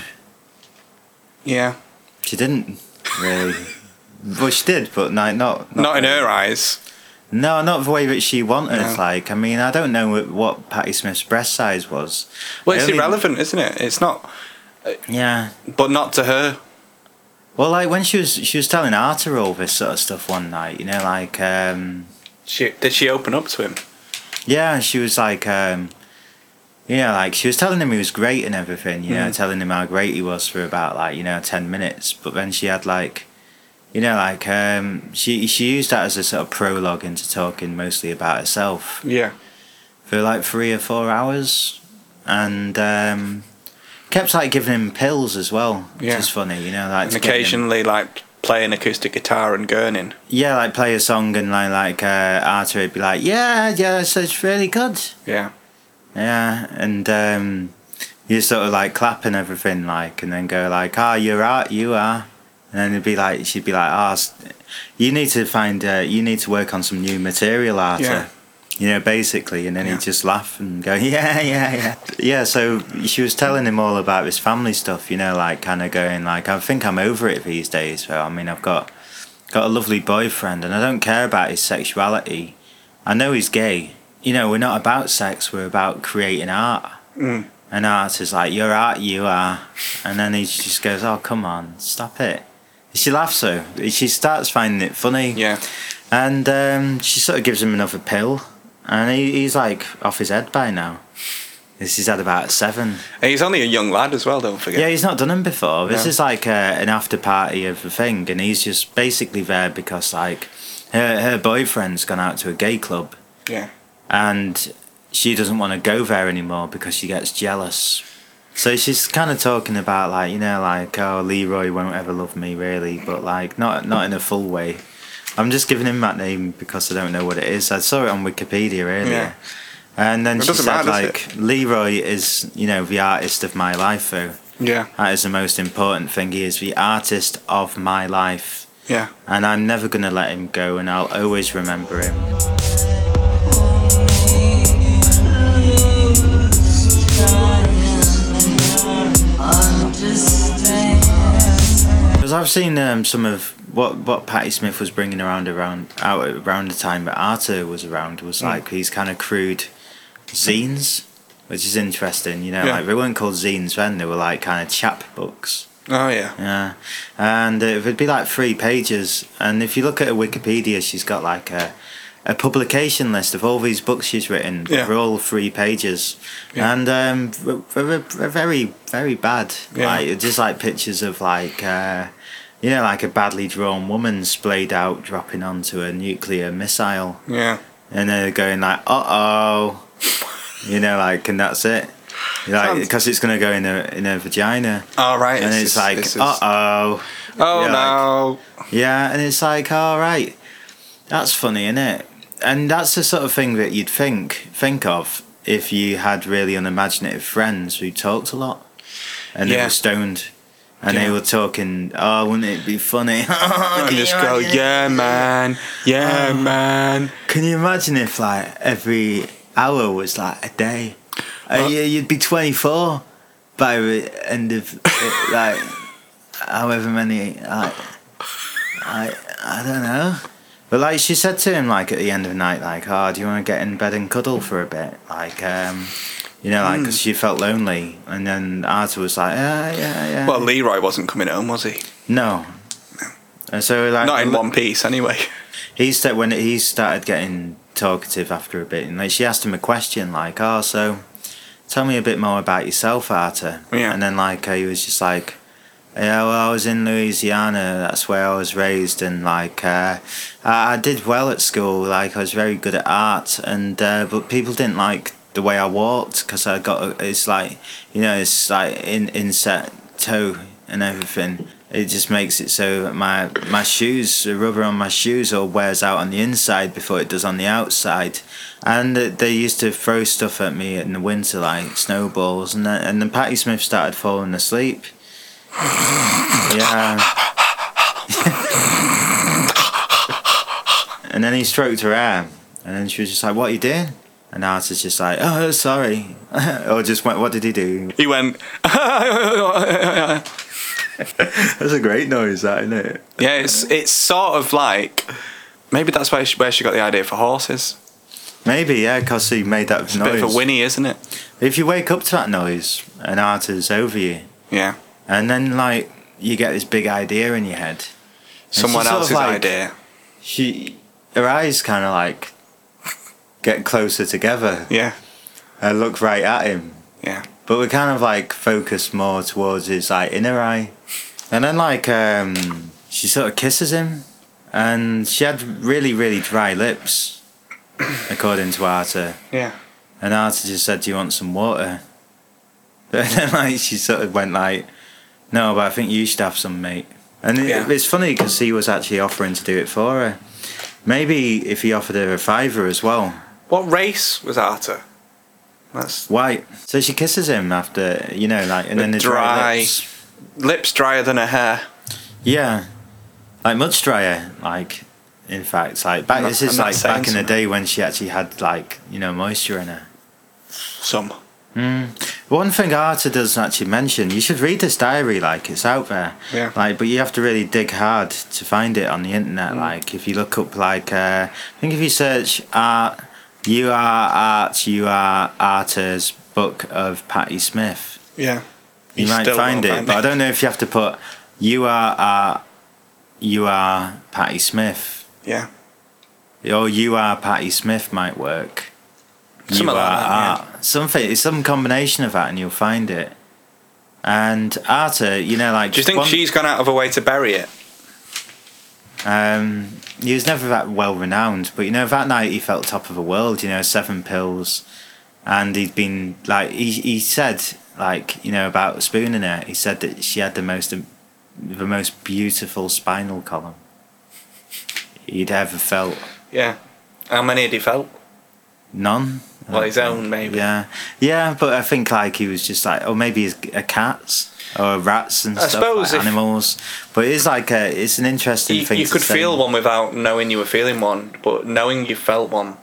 Speaker 1: Yeah.
Speaker 2: She didn't really. well, she did, but like not
Speaker 1: Not in her eyes.
Speaker 2: No, not the way that she wanted.
Speaker 1: No.
Speaker 2: Like, I mean, I don't know what, what Patty Smith's breast size was.
Speaker 1: Well, it's
Speaker 2: I only-
Speaker 1: irrelevant, isn't it? It's not,
Speaker 2: Yeah.
Speaker 1: but not to her.
Speaker 2: Well, like when she was she was telling Arthur all this sort of stuff one night. You know, like um,
Speaker 1: She did she open up to him?
Speaker 2: yeah, she was like um, you know, like she was telling him he was great and everything. You know, telling him how great he was for about like you know ten minutes. But then she had like. You know, like um, she she used that as a sort of prologue into talking mostly about herself.
Speaker 1: Yeah.
Speaker 2: for like three or four hours, and um, kept like giving him pills as well, which
Speaker 1: Yeah.
Speaker 2: is funny, you know, like
Speaker 1: And
Speaker 2: to get him-
Speaker 1: occasionally, like playing acoustic guitar and gurning.
Speaker 2: yeah, like play a song and like like uh, Arthur would be like, yeah, yeah, so it's really good,
Speaker 1: Yeah.
Speaker 2: yeah, and um, you sort of like clap and everything, like, and then go like, ah, you're out, you are. And then it'd be like she'd be like, "Ah, s- you need to find, uh, you need to work on some new material, Arthur."
Speaker 1: Yeah.
Speaker 2: you know, basically, and then
Speaker 1: Yeah.
Speaker 2: he'd just laugh and go, yeah, yeah, yeah. Yeah, so she was telling him all about his family stuff, you know, like kind of going like, I think I'm over it these days. So, I mean, I've got got a lovely boyfriend and I don't care about his sexuality. I know he's gay. You know, we're not about sex, we're about creating art.
Speaker 1: Mm.
Speaker 2: And art is like, you're art, you are. And then he just goes, oh, come on, stop it. She laughs so She starts finding it funny.
Speaker 1: Yeah.
Speaker 2: And um, she sort of gives him another pill, and he, he's like off his head by now. This is at about seven.
Speaker 1: And he's only a young lad as well. Don't forget.
Speaker 2: Yeah, he's not done him before. This
Speaker 1: No.
Speaker 2: is like uh an after party of a thing, and he's just basically there because like her her boyfriend's gone out to a gay club,
Speaker 1: Yeah.
Speaker 2: and she doesn't want to go there anymore because she gets jealous. So she's kind of talking about like you know like oh Leroy won't ever love me really, but like not not in a full way. I'm just giving him that name because I don't know what it is. I saw it on Wikipedia earlier, and then
Speaker 1: It
Speaker 2: she
Speaker 1: doesn't
Speaker 2: said
Speaker 1: matter, does
Speaker 2: like Leroy is you know the artist of my life though.
Speaker 1: Yeah.
Speaker 2: That is the most important thing. He is the artist of my life,
Speaker 1: Yeah.
Speaker 2: and I'm never gonna let him go, and I'll always remember him. Because I've seen um, some of what what Patty Smith was bringing around around out around the time that Arthur was around was like these kind of crude zines, which is interesting. You know,
Speaker 1: Yeah.
Speaker 2: like they weren't called zines then; they were like kind of chap books.
Speaker 1: Oh yeah.
Speaker 2: Yeah, and uh, it would be like three pages. And if you look at her Wikipedia, she's got like a a publication list of all these books she's written.
Speaker 1: Yeah.
Speaker 2: They're all three pages,
Speaker 1: Yeah.
Speaker 2: and um, they're, they're- they're very very bad.
Speaker 1: Yeah.
Speaker 2: Like just like pictures of like. Uh, you know, like a badly drawn woman splayed out dropping onto a nuclear missile,
Speaker 1: Yeah.
Speaker 2: and they're going like, "Uh oh," you know, like, and that's it, You're like
Speaker 1: Sounds-
Speaker 2: because it's gonna go in her in her vagina,
Speaker 1: All right.
Speaker 2: and it's
Speaker 1: just-
Speaker 2: like,
Speaker 1: this is-
Speaker 2: "Uh oh."
Speaker 1: oh
Speaker 2: yeah,
Speaker 1: no.
Speaker 2: Yeah, and it's like, all right, that's funny, isn't it? And that's the sort of thing that you'd think think of if you had really unimaginative friends who talked a lot, and they
Speaker 1: Yeah.
Speaker 2: were stoned, and they
Speaker 1: Yeah.
Speaker 2: were talking. Oh, wouldn't it be funny?
Speaker 1: and
Speaker 2: Can you
Speaker 1: just go,
Speaker 2: imagine?
Speaker 1: yeah, man, yeah,
Speaker 2: Um,
Speaker 1: man.
Speaker 2: Can you imagine if like every hour was like a day? Uh,
Speaker 1: Well-
Speaker 2: you, you'd be twenty four by the end of uh, like however many. Like, I I don't know. But like she said to him, like at the end of the night, like, "Oh, do you want to get in bed and cuddle for a bit?" Like, um, you know,
Speaker 1: Hmm.
Speaker 2: like 'cause she felt lonely. And then Arthur was like, "Yeah, yeah, yeah."
Speaker 1: Well, Leroy wasn't coming home, was he?
Speaker 2: no. And so like
Speaker 1: Not in one piece, anyway.
Speaker 2: he sta when he started getting talkative after a bit, and like she asked him a question like, "Oh, so tell me a bit more about yourself, Arta."
Speaker 1: Yeah.
Speaker 2: And then like he was just like, "Yeah, well, I was in Louisiana. That's where I was raised, and like uh, I, I did well at school. Like I was very good at art, and uh, but people didn't like the way I walked because I got a- it's like you know it's like in inset toe and everything. It just makes it so that my my shoes, the rubber on my shoes, all wears out on the inside before it does on the outside. And uh, they used to throw stuff at me in the winter, like snowballs, and then, and then Patty Smith started falling asleep. Yeah. and then he stroked her arm, and then she was just like, "What are you doing?" And Arta's just like, "Oh, sorry," or just went, "What did he do?"
Speaker 1: He went, yeah.
Speaker 2: That's a great noise, that isn't it?
Speaker 1: It's it's sort of like maybe that's where she, where she got the idea for horses.
Speaker 2: Maybe, yeah, because he made that
Speaker 1: It's a
Speaker 2: noise.
Speaker 1: bit of a whinny, isn't it?
Speaker 2: If you wake up to that noise and Arta's over you,
Speaker 1: Yeah.
Speaker 2: and then like you get this big idea in your head,
Speaker 1: Someone
Speaker 2: sort of
Speaker 1: else's
Speaker 2: like-
Speaker 1: idea.
Speaker 2: she, her eyes kind of like get closer together.
Speaker 1: Yeah.
Speaker 2: I look right at him,
Speaker 1: Yeah.
Speaker 2: but we're kind of like focused more towards his like inner eye, and then like um, she sort of kisses him, and she had really really dry lips, according to Arta.
Speaker 1: Yeah.
Speaker 2: And Arta just said, "Do you want some water?" But then, like, she sort of went like, "No, but I think you should have some, mate." And it,
Speaker 1: Yeah.
Speaker 2: it's funny because he was actually offering to do it for her. Maybe if he offered her a fiver as well,
Speaker 1: What race was Arta? That's
Speaker 2: why? So she kisses him after, you know, like, and then the dry,
Speaker 1: Dry.
Speaker 2: lips.
Speaker 1: lips drier than her hair.
Speaker 2: Yeah, like much drier. Like, in fact, like back.
Speaker 1: I'm not-
Speaker 2: this is
Speaker 1: I'm not
Speaker 2: like
Speaker 1: saying
Speaker 2: back in the
Speaker 1: something.
Speaker 2: day when she actually had like you know moisture in her.
Speaker 1: Some. Mm.
Speaker 2: One thing Arta doesn't actually mention, you should read this diary, like it's out there.
Speaker 1: Yeah.
Speaker 2: Like, but you have to really dig hard to find it on the
Speaker 1: Mm.
Speaker 2: internet. Like, if you look up, like, uh, I think if you search art, you are art, you are Arta's book of Patti Smith,
Speaker 1: Yeah.
Speaker 2: you, might
Speaker 1: still
Speaker 2: find it,
Speaker 1: won't
Speaker 2: but I don't know if you have to put you are art, you are Patti Smith,
Speaker 1: Yeah.
Speaker 2: or you are Patti Smith might work.
Speaker 1: Something
Speaker 2: you
Speaker 1: like
Speaker 2: are
Speaker 1: that, yeah.
Speaker 2: art. Something, it's some combination of that, and you'll find it. And Arta, you know, like
Speaker 1: Do you think
Speaker 2: one-
Speaker 1: she's gone out of her way to bury it?
Speaker 2: Um, he was never that well renowned, but you know, that night he felt top of the world. You know, seven pills, and he'd been like he he said like you know about spooning her. He said that she had the most um, the most beautiful spinal column he'd ever felt.
Speaker 1: Yeah. How many had he felt?
Speaker 2: None.
Speaker 1: Well, his own, maybe.
Speaker 2: Yeah, yeah, but I think like he was just like, or maybe it's a cats or rats and
Speaker 1: I
Speaker 2: stuff,
Speaker 1: suppose
Speaker 2: like
Speaker 1: if-
Speaker 2: animals. But it's like a, it's an interesting
Speaker 1: You,
Speaker 2: thing.
Speaker 1: you
Speaker 2: to
Speaker 1: could
Speaker 2: say.
Speaker 1: feel one without knowing you were feeling one, but knowing you felt one.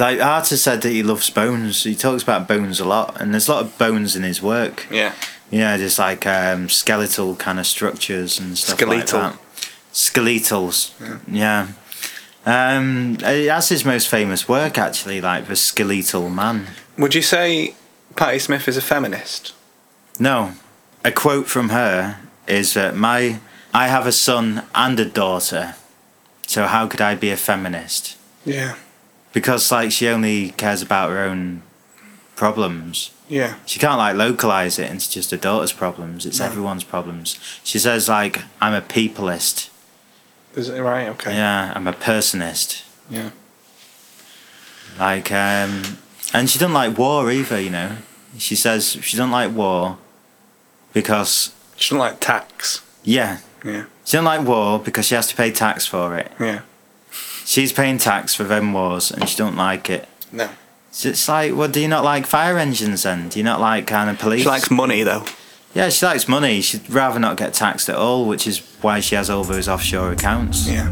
Speaker 2: Like Arta said that he loves bones. He talks about bones a lot, and there's a lot of bones in his work.
Speaker 1: Yeah.
Speaker 2: You know, just like um, skeletal kind of structures and stuff
Speaker 1: Skeletal.
Speaker 2: like that. Skeletals. Yeah. Um, eh, that's his most famous work, actually. Like the skeletal man.
Speaker 1: Would you say Patti Smith is a feminist?
Speaker 2: No. A quote from her is that my I have a son and a daughter. So how could I be a feminist?
Speaker 1: Yeah.
Speaker 2: Because like she only cares about her own problems.
Speaker 1: Yeah.
Speaker 2: She can't like localize it into just her daughter's problems. It's
Speaker 1: No.
Speaker 2: everyone's problems. She says like, "I'm a peopleist."
Speaker 1: Is it right? Okay.
Speaker 2: Yeah, I'm a personist.
Speaker 1: Yeah.
Speaker 2: Like, um, and she doesn't like war either. You know, she says she doesn't like war because
Speaker 1: She doesn't like tax.
Speaker 2: yeah,
Speaker 1: Yeah.
Speaker 2: she doesn't like war because she has to pay tax for it.
Speaker 1: Yeah.
Speaker 2: She's paying tax for them wars, and she don't like it.
Speaker 1: No.
Speaker 2: So It's like, well, do you not like fire engines then? Do you not like kind of police?
Speaker 1: She likes money though.
Speaker 2: yeah, she likes money. She'd rather not get taxed at all, which is why she has all those offshore accounts.
Speaker 1: Yeah.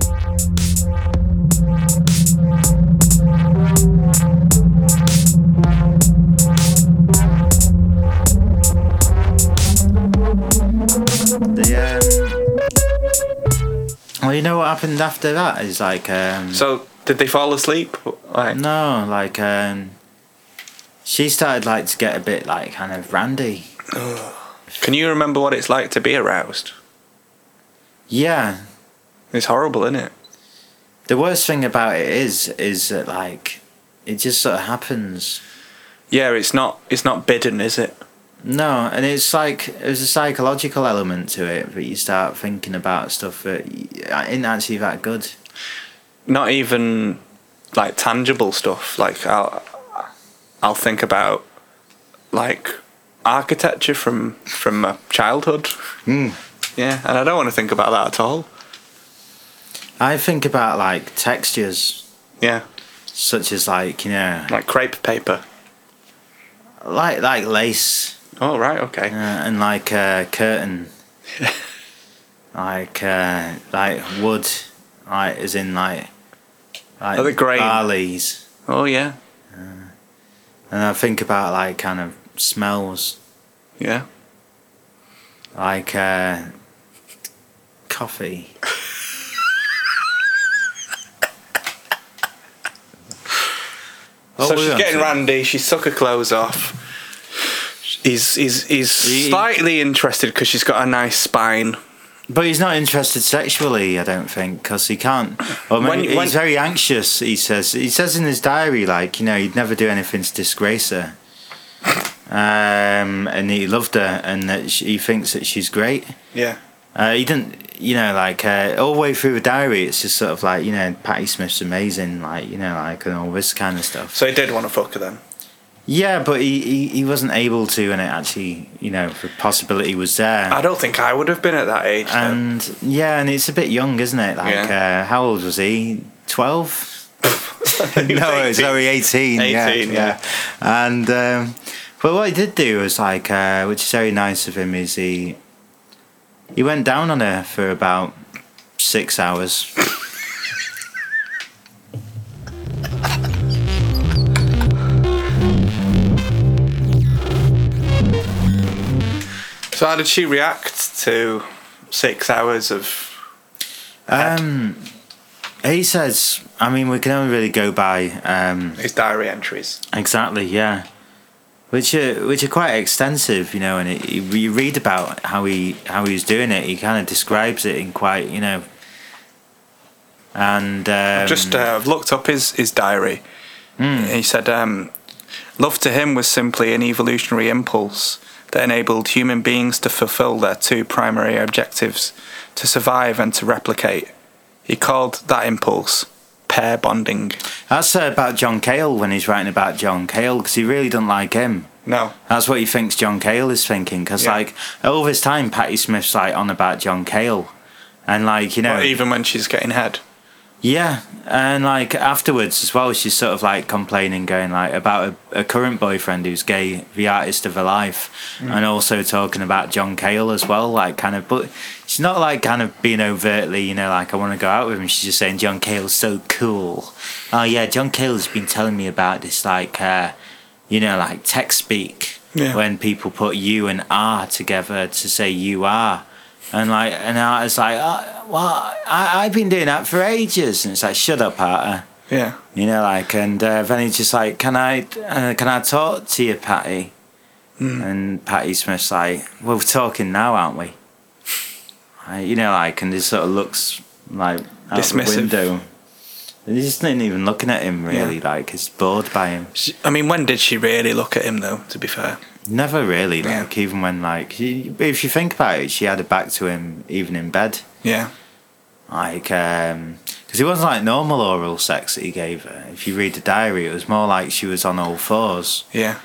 Speaker 2: The, um, well, you know what happened after that is like, um,
Speaker 1: So did they fall asleep? Like
Speaker 2: no, like, um, she started like to get a bit like kind of randy.
Speaker 1: can you remember what it's like to be aroused?
Speaker 2: Yeah,
Speaker 1: It's horrible, isn't it?
Speaker 2: the worst thing about it is, is that like, it just sort of happens.
Speaker 1: Yeah, it's not it's not bidden, is it?
Speaker 2: No, and it's like there's a psychological element to it that you start thinking about stuff that y- isn't actually that good.
Speaker 1: Not even like tangible stuff. Like I'll I'll think about like architecture from from my childhood. Yeah, and I don't want to think about that at all.
Speaker 2: I think about like textures,
Speaker 1: Yeah,
Speaker 2: such as like you know,
Speaker 1: like crepe paper.
Speaker 2: like like lace
Speaker 1: Oh right, okay.
Speaker 2: uh, and like uh, curtain, like uh, like wood, like as in like like
Speaker 1: Oh, the grain.
Speaker 2: barleys.
Speaker 1: Oh yeah,
Speaker 2: And I think about like kind of smells,
Speaker 1: yeah.
Speaker 2: like uh, coffee.
Speaker 1: so
Speaker 2: What were Oh, we
Speaker 1: she's
Speaker 2: on
Speaker 1: getting
Speaker 2: to?
Speaker 1: randy. She's took her clothes off. He's he's he's
Speaker 2: He-
Speaker 1: slightly interested because she's got a nice spine.
Speaker 2: But he's not interested sexually, I don't think, because he can't. Or
Speaker 1: When-
Speaker 2: maybe he's
Speaker 1: when-
Speaker 2: very anxious. He says he says in his diary, like you know, he'd never do anything to disgrace her, um, and he loved her, and that she, he thinks that she's great.
Speaker 1: Yeah.
Speaker 2: Uh, he didn't, you know, like uh, all the way through the diary, it's just sort of like you know, Patty Smith's amazing, like you know, like and all this kind of stuff.
Speaker 1: So he did want to fuck her then.
Speaker 2: yeah, but he, he he wasn't able to, and it actually, you know, the possibility was there.
Speaker 1: I don't think I would have been at that age. though.
Speaker 2: And yeah, and it's a bit young, isn't it? Like,
Speaker 1: Yeah.
Speaker 2: uh, how old was he? Twelve? no,
Speaker 1: He was
Speaker 2: it's
Speaker 1: 18.
Speaker 2: only eighteen.
Speaker 1: 18,
Speaker 2: yeah, yeah. And um, but what he did do was like, uh, which is very nice of him, is he he went down on her for about six hours.
Speaker 1: So how did she react to six hours of?
Speaker 2: Um, he says, I mean, we can only really go by um,
Speaker 1: His diary entries.
Speaker 2: Exactly, yeah. Which are which are quite extensive, you know, and it, you you read about how he how he was doing it. He kind of describes it in quite, you know, and um,
Speaker 1: Just uh, I've looked up his his diary.
Speaker 2: Hmm.
Speaker 1: He said, um, "Love to him was simply an evolutionary impulse that enabled human beings to fulfill their two primary objectives: to survive and to replicate." He called that impulse pair bonding.
Speaker 2: that's uh, about John Cale when he's writing about John Cale because he really don't like him.
Speaker 1: No,
Speaker 2: That's what he thinks John Cale is thinking because
Speaker 1: Yeah.
Speaker 2: like all this time Patty Smith's like on about John Cale, and like you know
Speaker 1: not even when she's getting head.
Speaker 2: Yeah, and like afterwards as well, she's sort of like complaining, going like about a, a current boyfriend who's gay, the artist of her life, and also talking about John Cale as well, like kind of. But she's not like kind of being overtly, you know, like I want to go out with him. She's just saying John Cale's so cool. Oh yeah, John Cale's been telling me about this like, uh, you know, like tech speak
Speaker 1: Yeah.
Speaker 2: when people put you and R together to say you are. And like, and I was like, oh, well, I, I've been doing that for ages. And it's like, shut up, Arta.
Speaker 1: Yeah,
Speaker 2: You know, like, and uh, then he's just like, can I, uh, can I talk to you, Patty?
Speaker 1: Hmm.
Speaker 2: And Patty Smith's like, well, we're talking now, aren't we? I, you know, like, and this sort of looks like out
Speaker 1: Dismissive.
Speaker 2: the window. They just ain't even looking at him really. Like, is bored by him.
Speaker 1: She, I mean, when did she really look at him though? To be fair,
Speaker 2: Never really.
Speaker 1: Yeah.
Speaker 2: Like, even when like, she, if you think about it, she had her back to him even in bed.
Speaker 1: yeah,
Speaker 2: Like, um 'cause it wasn't like normal oral sex that he gave her. If you read the diary, it was more like she was on all fours.
Speaker 1: yeah,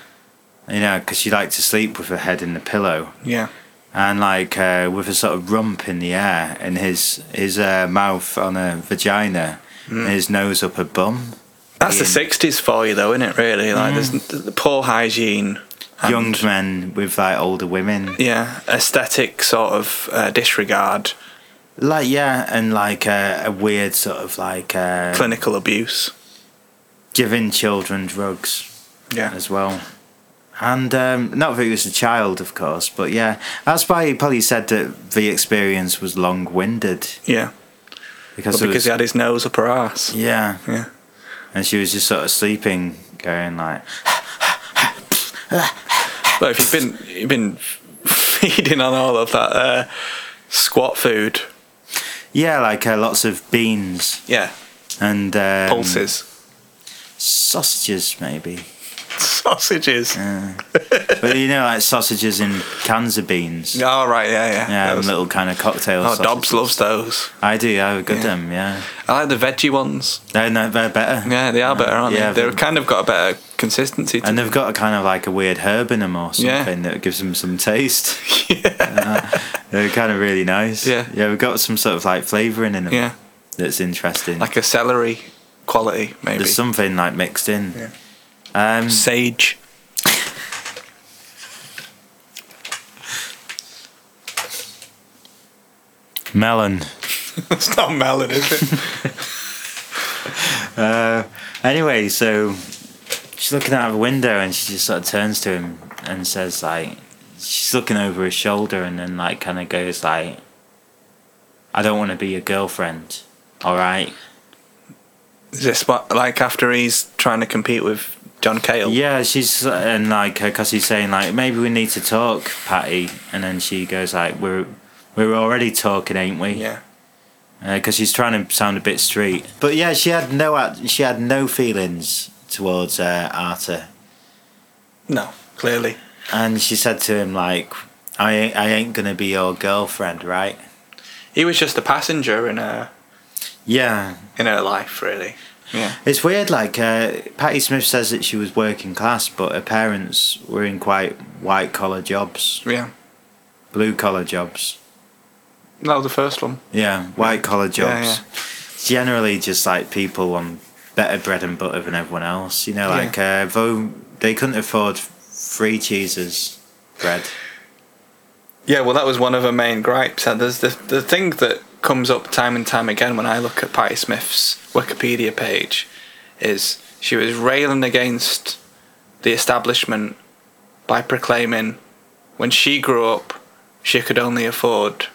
Speaker 2: You know, 'cause she liked to sleep with her head in the pillow.
Speaker 1: yeah,
Speaker 2: and like uh, with a sort of rump in the air and his his uh, mouth on her vagina
Speaker 1: Hmm.
Speaker 2: and his nose up her bum.
Speaker 1: that's the
Speaker 2: Ian. Hmm.
Speaker 1: sixties for you though, isn't it? Really, like there's there's the poor hygiene, and-
Speaker 2: Young men with like older women,
Speaker 1: yeah, aesthetic sort of uh, disregard,
Speaker 2: like yeah, and like uh, a weird sort of like uh,
Speaker 1: clinical abuse,
Speaker 2: giving children drugs
Speaker 1: yeah,
Speaker 2: as well. And um, not that he was a child, of course, but yeah, that's why he probably said that the experience was long-winded
Speaker 1: yeah,
Speaker 2: because,
Speaker 1: well,
Speaker 2: it
Speaker 1: because
Speaker 2: was-
Speaker 1: he had his nose up her ass,
Speaker 2: yeah,
Speaker 1: yeah,
Speaker 2: and she was just sort of sleeping, going like,
Speaker 1: Well, if you've been you've been feeding on all of that uh, squat food,
Speaker 2: Yeah, like uh, lots of beans
Speaker 1: yeah,
Speaker 2: and um,
Speaker 1: pulses,
Speaker 2: sausages maybe.
Speaker 1: sausages.
Speaker 2: but you know, like sausages in cans of beans.
Speaker 1: Oh right, yeah, yeah.
Speaker 2: Yeah, and
Speaker 1: Those-
Speaker 2: little kind of cocktail.
Speaker 1: oh,
Speaker 2: sausages.
Speaker 1: Dobbs loves those.
Speaker 2: I do. I would good
Speaker 1: Yeah.
Speaker 2: them. Yeah,
Speaker 1: I like the veggie ones.
Speaker 2: they're no, they're better.
Speaker 1: Yeah, they are better, aren't
Speaker 2: Yeah,
Speaker 1: they? They've
Speaker 2: but-
Speaker 1: kind of got a better consistency. To
Speaker 2: And they've got a kind of like a weird herb in them or
Speaker 1: Yeah.
Speaker 2: something that gives them some taste. yeah. they're kind of really nice.
Speaker 1: Yeah.
Speaker 2: yeah, we've got some sort of like flavouring in them.
Speaker 1: Yeah.
Speaker 2: that's interesting.
Speaker 1: like a celery quality, maybe.
Speaker 2: There's something like mixed in. Um,
Speaker 1: sage.
Speaker 2: melon.
Speaker 1: it's not melon, is it?
Speaker 2: Uh, anyway, so she's looking out of a window and she just sort of turns to him and says like she's looking over his shoulder and then like kind of goes like I don't want to be your girlfriend. All right.
Speaker 1: is this what like after he's trying to compete with John Cale?
Speaker 2: Yeah, she's uh, and like because he's saying like maybe we need to talk, Patty, and then she goes like we're we're already talking, ain't we?
Speaker 1: Yeah.
Speaker 2: because she's trying to sound a bit street. But yeah, she had no act- she had no feelings towards uh, Arta.
Speaker 1: No, clearly.
Speaker 2: And she said to him, like, I ain't, I ain't gonna be your girlfriend, right?
Speaker 1: He was just a passenger in her
Speaker 2: Yeah.
Speaker 1: in her life, really. Yeah.
Speaker 2: It's weird, like, uh, Patty Smith says that she was working class, but her parents were in quite white collar jobs,
Speaker 1: Yeah.
Speaker 2: blue collar jobs.
Speaker 1: No, the first one.
Speaker 2: Yeah, white collar
Speaker 1: Yeah,
Speaker 2: jobs. Generally, just like people on better bread and butter than everyone else, you know,
Speaker 1: Yeah.
Speaker 2: like, uh, though they couldn't afford free cheeses bread.
Speaker 1: Yeah, well, that was one of her main gripes. And there's the the thing that comes up time and time again when I look at Patty Smith's Wikipedia page is she was railing against the establishment by proclaiming when she grew up she could only afford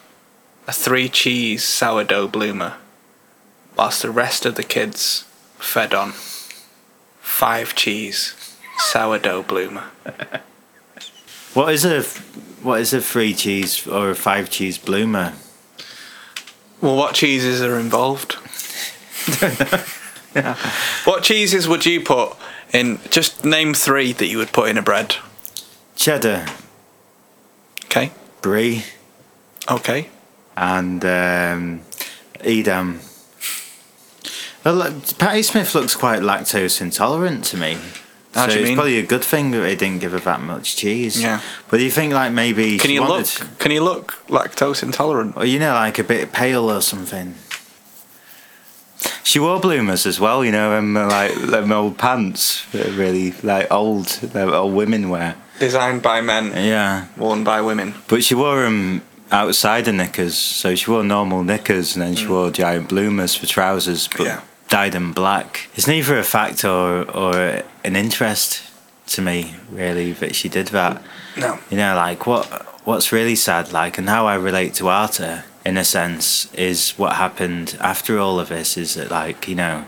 Speaker 1: a three cheese sourdough bloomer, whilst the rest of the kids fed on five cheese sourdough bloomer.
Speaker 2: What is a what is a free cheese or a five cheese bloomer?
Speaker 1: Well, what cheeses are involved? What cheeses would you put in? Just name three that you would put in a bread.
Speaker 2: Cheddar,
Speaker 1: Okay.
Speaker 2: brie,
Speaker 1: Okay.
Speaker 2: and um, Edam. Well, look, Patty Smith looks quite lactose intolerant to me.
Speaker 1: How
Speaker 2: so
Speaker 1: do you
Speaker 2: it's
Speaker 1: mean?
Speaker 2: probably a good thing that they didn't give her that much cheese.
Speaker 1: Yeah.
Speaker 2: But do you think like maybe
Speaker 1: Can
Speaker 2: she
Speaker 1: you
Speaker 2: wanted,
Speaker 1: look? Can you look lactose intolerant?
Speaker 2: or you know, like a bit pale or something? She wore bloomers as well, you know, them uh, like them old pants that are really like old that old women wear.
Speaker 1: Designed by men,
Speaker 2: Yeah.
Speaker 1: worn by women.
Speaker 2: But she wore 'em outside the knickers, so she wore normal knickers and then she wore giant bloomers for trousers, but
Speaker 1: Yeah.
Speaker 2: dyed them black. It's neither a fact or or an interest to me, really, that she did that.
Speaker 1: No.
Speaker 2: You know, like what what's really sad, like, and how I relate to Arta in a sense is what happened after all of this. Is that like you know,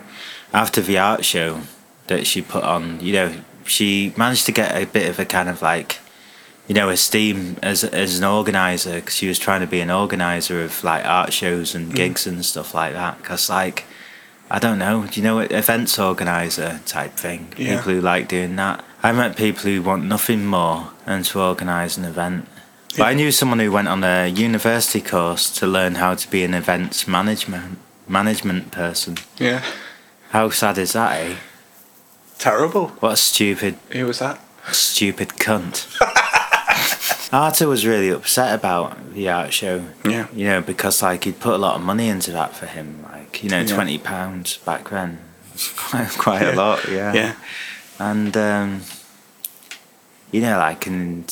Speaker 2: after the art show that she put on, you know, she managed to get a bit of a kind of like. You know, esteem as as an organizer because she was trying to be an organizer of like art shows and gigs and stuff like that. Because like, I don't know, do you know, e-, events organizer type thing.
Speaker 1: Yeah.
Speaker 2: People who like doing that. I met people who want nothing more than to organize an event. But I knew someone who went on a university course to learn how to be an events management management person.
Speaker 1: Yeah.
Speaker 2: How sad is that, eh?
Speaker 1: Terrible.
Speaker 2: What a stupid
Speaker 1: Who was that?
Speaker 2: stupid cunt. Arta was really upset about the art show.
Speaker 1: Yeah.
Speaker 2: You know, because like he'd put a lot of money into that for him, like, you know,
Speaker 1: Yeah.
Speaker 2: twenty pounds back then. was Quite, quite a
Speaker 1: Yeah.
Speaker 2: lot, yeah.
Speaker 1: Yeah.
Speaker 2: And um you know, like and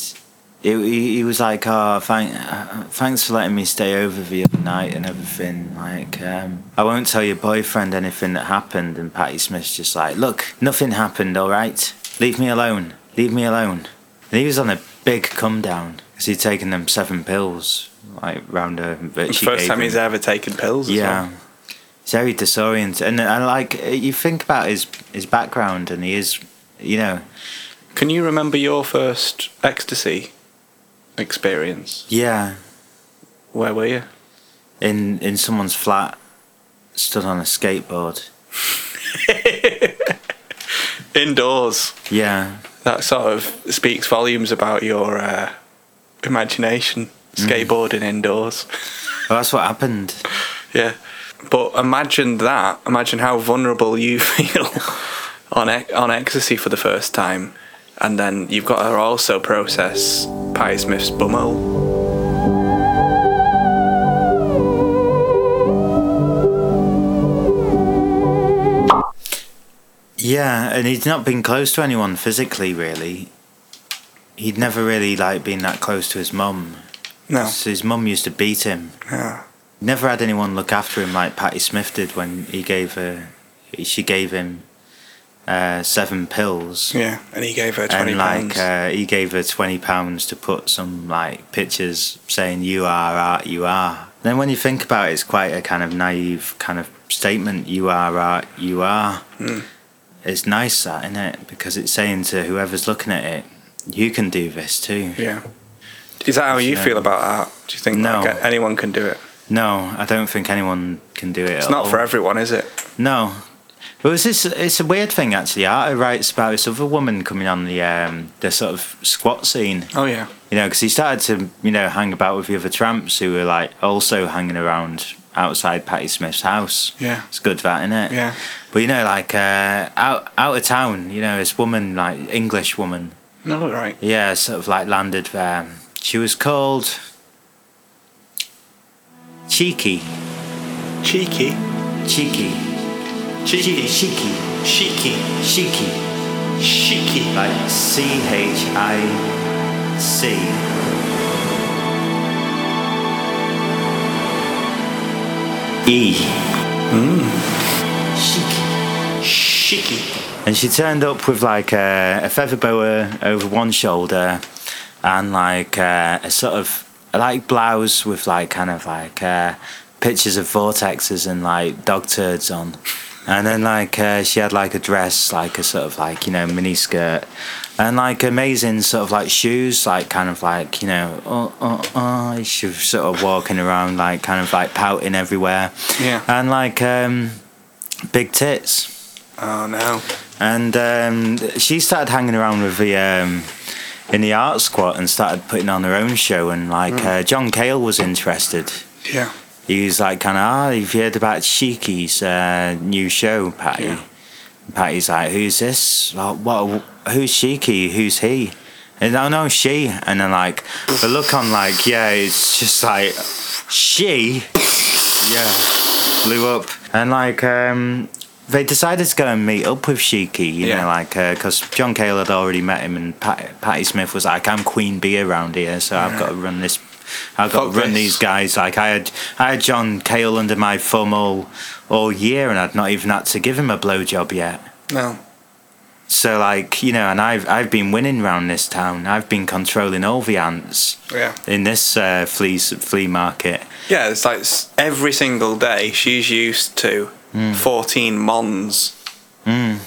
Speaker 2: it, he, he was like, "Oh, thank, uh, thanks for letting me stay over the other night and everything." Like, um, I won't tell your boyfriend anything that happened. And Patty Smith's just like, "Look, nothing happened. All right, leave me alone. Leave me alone." And he was on a big come down because he'd taken them seven pills, like round a.
Speaker 1: The first time he's ever taken pills. as
Speaker 2: Yeah.
Speaker 1: well.
Speaker 2: He's very disoriented, and and like you think about his his background, and he is, you know,
Speaker 1: Can you remember your first ecstasy experience?
Speaker 2: yeah,
Speaker 1: Where were you?
Speaker 2: in in someone's flat, stood on a skateboard.
Speaker 1: Indoors.
Speaker 2: Yeah,
Speaker 1: That sort of speaks volumes about your uh, imagination.
Speaker 2: Mm.
Speaker 1: Skateboarding indoors.
Speaker 2: well, that's what happened.
Speaker 1: Yeah. But imagine that. Imagine how vulnerable you feel on ec- on ecstasy for the first time, and then you've got to also process Patty Smith's bumhole.
Speaker 2: Yeah, and he'd not been close to anyone physically, really. He'd never really like been that close to his mum.
Speaker 1: No.
Speaker 2: 'cause His mum used to beat him.
Speaker 1: Yeah.
Speaker 2: Never had anyone look after him like Patty Smith did when he gave her, she gave him, uh, seven pills.
Speaker 1: Yeah. And he gave her twenty
Speaker 2: and like
Speaker 1: pounds.
Speaker 2: uh, he gave her 20 pounds to put some like pictures saying you are art you are then when you think about it it's quite a kind of naive kind of statement you are art you are
Speaker 1: Hmm.
Speaker 2: it's nice that isn't it because it's saying to whoever's looking at it you can do this too
Speaker 1: yeah. Is that how you
Speaker 2: Yeah.
Speaker 1: feel about that? Do you think
Speaker 2: No.
Speaker 1: like, anyone can do it?
Speaker 2: no i don't think anyone can do it
Speaker 1: It's not for everyone, is it?
Speaker 2: No. But it's this, it's a weird thing actually. Arta writes about this other woman coming on the um, the sort of squat scene.
Speaker 1: Oh yeah.
Speaker 2: you know, because he started to, you know, hang about with the other tramps who were like also hanging around outside Patty Smith's house.
Speaker 1: Yeah.
Speaker 2: it's good that, isn't it?
Speaker 1: Yeah.
Speaker 2: But you know, like uh, out out of town, you know, this woman, like English woman,
Speaker 1: No, look right.
Speaker 2: yeah, sort of like landed there. She was called Cheeky,
Speaker 1: Cheeky.
Speaker 2: Cheeky,
Speaker 1: Cheeky.
Speaker 2: Cheeky,
Speaker 1: Cheeky.
Speaker 2: Cheeky,
Speaker 1: Cheeky.
Speaker 2: like C H I C. E.
Speaker 1: Cheeky.
Speaker 2: And she turned up with like a, a feather boa over one shoulder and like uh, a sort of like blouse with like kind of like uh, pictures of vortexes and like dog turds on. And then like uh, she had like a dress, like a sort of like, you know, mini skirt and like amazing sort of like shoes, like kind of like, you know, oh, oh, oh. She was sort of walking around like kind of like pouting everywhere.
Speaker 1: Yeah.
Speaker 2: And like um, big tits
Speaker 1: Oh no.
Speaker 2: and um, she started hanging around with the um, in the art squad and started putting on her own show. And like uh, John Cale was interested.
Speaker 1: Yeah.
Speaker 2: He was like, kind of, ah, you've heard about Sheiky's uh, new show, Patty.
Speaker 1: Yeah.
Speaker 2: Patty's like, who's this? Like, what? Who's Sheiky? Who's he? And oh no, she. And then like the look on, like, yeah, it's just like she. yeah, blew up. And like, um, they decided to go and meet up with Sheiky, you
Speaker 1: Yeah.
Speaker 2: know, like because John Cale had already met him, and Pat, Patty Smith was like, "I'm Queen Bee around here, so I've got to run this." I've got
Speaker 1: Fuck
Speaker 2: to run
Speaker 1: this."
Speaker 2: these guys. Like I had, I had John Cale under my thumb all, all year, and I'd not even had to give him a blowjob yet.
Speaker 1: No.
Speaker 2: So like you know, and I've I've been winning round this town. I've been controlling all the ants
Speaker 1: Yeah.
Speaker 2: in this uh, flea s- flea market.
Speaker 1: Yeah, it's like s- every single day she's used to
Speaker 2: Hmm.
Speaker 1: 14 mons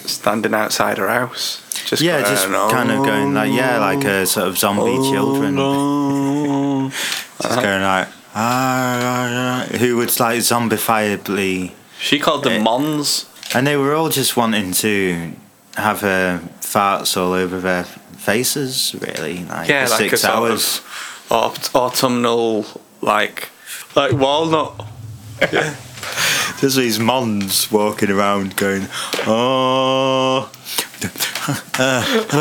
Speaker 1: standing outside her house. Just "Oh,
Speaker 2: Yeah, just kind of going like yeah, like a sort of zombie children.
Speaker 1: children.
Speaker 2: Just going like, ah, ah, ah," who would like zombifiably
Speaker 1: She called them
Speaker 2: Eh.
Speaker 1: Mons.
Speaker 2: And they were all just wanting to have uh, farts all over their faces, really. Like
Speaker 1: Yeah,
Speaker 2: for
Speaker 1: like
Speaker 2: six
Speaker 1: a sort
Speaker 2: hours.
Speaker 1: of aut- autumnal, like like walnut.
Speaker 2: There's these mons walking around going, oh. and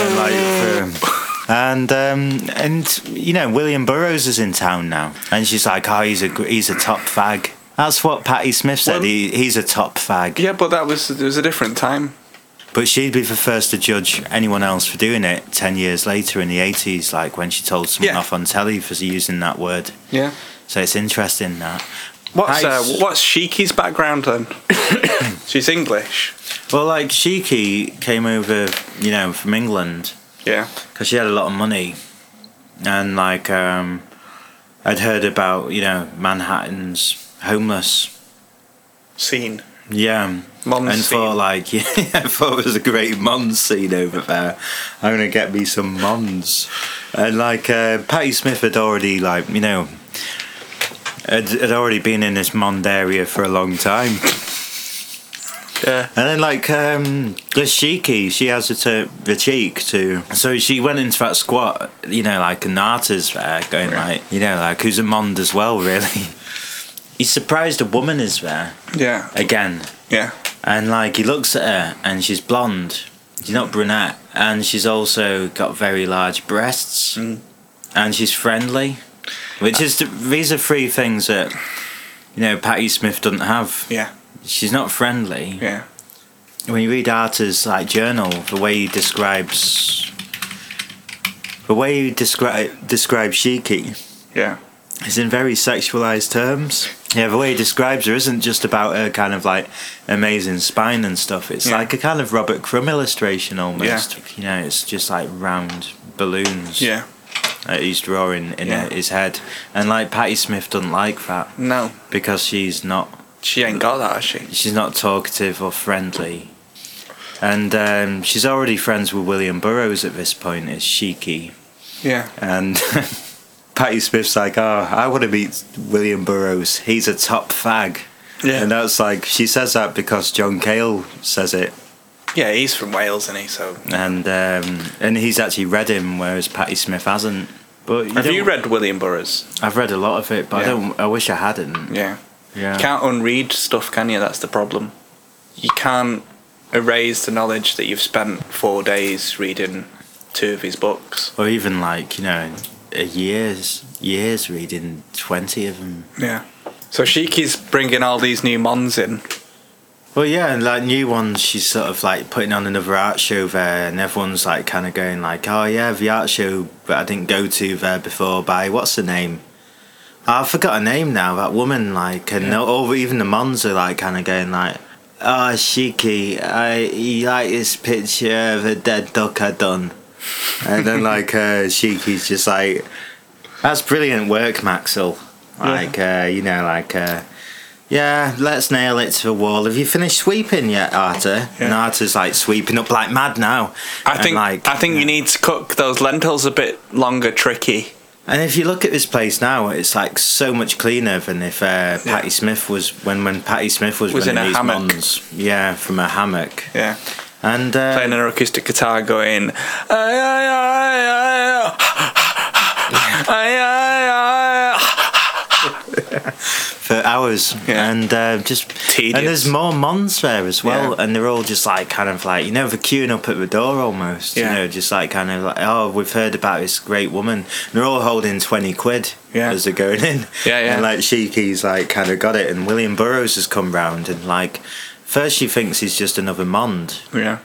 Speaker 2: then like, um, and um, and you know William Burroughs is in town now, and she's like, oh, he's a gr- he's a top fag. That's what Patty Smith said.
Speaker 1: Well-
Speaker 2: he, he's a top fag,
Speaker 1: Yeah, but that was it was a different time.
Speaker 2: but she'd be the first to judge anyone else for doing it ten years later in the eighties, like when she told someone
Speaker 1: Yeah.
Speaker 2: off on telly for using that word.
Speaker 1: Yeah.
Speaker 2: So it's interesting that.
Speaker 1: What's uh,
Speaker 2: Nice.
Speaker 1: what's Shiki's background then? She's English.
Speaker 2: Well, like Shiki came over, you know, from England
Speaker 1: Yeah.
Speaker 2: because she had a lot of money, and like um, I'd heard about, you know, Manhattan's homeless,
Speaker 1: Scene.
Speaker 2: yeah,
Speaker 1: Mons
Speaker 2: and
Speaker 1: scene.
Speaker 2: thought like, yeah, I thought it was a great Mons scene over there. I'm gonna get me some Mons, and like uh, Patty Smith had already like, you know, had, had already been in this Mond area for a long time.
Speaker 1: yeah.
Speaker 2: And then, like, um, the Shiki, she has it to the cheek to. So she went into that squat, you know, like an artist there, going,
Speaker 1: Yeah.
Speaker 2: like, you know, like, who's a Mond as well, really. He's surprised a woman is there
Speaker 1: Yeah.
Speaker 2: again.
Speaker 1: Yeah.
Speaker 2: And, like, he looks at her, and she's blonde. She's not brunette. And she's also got very large breasts. And she's friendly. Which is, these are three things that, you know, Patty Smith doesn't have.
Speaker 1: Yeah.
Speaker 2: She's not friendly
Speaker 1: Yeah.
Speaker 2: when you read Arta's like journal, the way he describes the way he describe describes Shiki
Speaker 1: Yeah.
Speaker 2: is in very sexualized terms. Yeah, the way he describes her isn't just about her kind of like amazing spine and stuff. It's
Speaker 1: Yeah.
Speaker 2: like a kind of Robert Crumb illustration almost. You know, it's just like round balloons
Speaker 1: Yeah.
Speaker 2: that he's drawing in
Speaker 1: Yeah.
Speaker 2: his head. And like Patty Smith doesn't like that
Speaker 1: No,
Speaker 2: because she's not
Speaker 1: she ain't got that, has she?
Speaker 2: she's not talkative or friendly. And um, she's already friends with William Burroughs at this point, is Shiki.
Speaker 1: Yeah.
Speaker 2: And Patty Smith's like, oh, I want to meet William Burroughs. He's a top fag.
Speaker 1: Yeah.
Speaker 2: And that's like, she says that because John Cale says it.
Speaker 1: Yeah, he's from Wales, isn't he? So
Speaker 2: And um, and he's actually read him, whereas Patty Smith hasn't. But
Speaker 1: have you
Speaker 2: don't-
Speaker 1: read William Burroughs?
Speaker 2: I've read a lot of it, but I
Speaker 1: Yeah.
Speaker 2: don't. I wish I hadn't.
Speaker 1: Yeah.
Speaker 2: Yeah.
Speaker 1: You can't unread stuff, can you? That's the problem. You can't erase the knowledge that you've spent four days reading two of his books.
Speaker 2: or even like you know, a years years reading twenty of them.
Speaker 1: Yeah. So Shiki's bringing all these new mons in.
Speaker 2: Well, yeah, and like new ones, she's sort of like putting on another art show there, and everyone's like kind of going like, "Oh yeah, the art show that I didn't go to there before." By what's her name? Ah, I forgot her name now. That woman, like, and no or even the Mons are like kind of going like, "Oh Shiki, I you like this picture of a dead duck I done," and then like uh, Shiki's just like, "That's brilliant work, Maxwell." Like, uh, you know, like. Uh, yeah, let's nail it to the wall. Have you finished sweeping yet, Arta? And
Speaker 1: Yeah.
Speaker 2: Arta's like sweeping up like mad now.
Speaker 1: I
Speaker 2: And,
Speaker 1: think
Speaker 2: like,
Speaker 1: I think you need to cook those lentils a bit longer, tricky.
Speaker 2: And if you look at this place now, it's like so much cleaner than if uh, Patty Smith was when when Patty Smith was,
Speaker 1: Was in a
Speaker 2: running these
Speaker 1: hammock.
Speaker 2: mons. Yeah, from a hammock.
Speaker 1: Yeah.
Speaker 2: And uh,
Speaker 1: Playing an acoustic guitar going "Ay, ay, ay, ay, ah, ay, ay, ay, ah."
Speaker 2: for hours
Speaker 1: Yeah.
Speaker 2: and uh, just
Speaker 1: Tedious.
Speaker 2: and there's more mons there as well
Speaker 1: Yeah.
Speaker 2: and they're all just like kind of like you know they're queuing up at the door almost
Speaker 1: Yeah.
Speaker 2: you know just like kind of like oh we've heard about this great woman and they're all holding 20 quid
Speaker 1: Yeah.
Speaker 2: as they're going in
Speaker 1: Yeah, yeah.
Speaker 2: and like Shiki's like kind of got it and William Burroughs has come round and like first she thinks he's just another mond
Speaker 1: Yeah.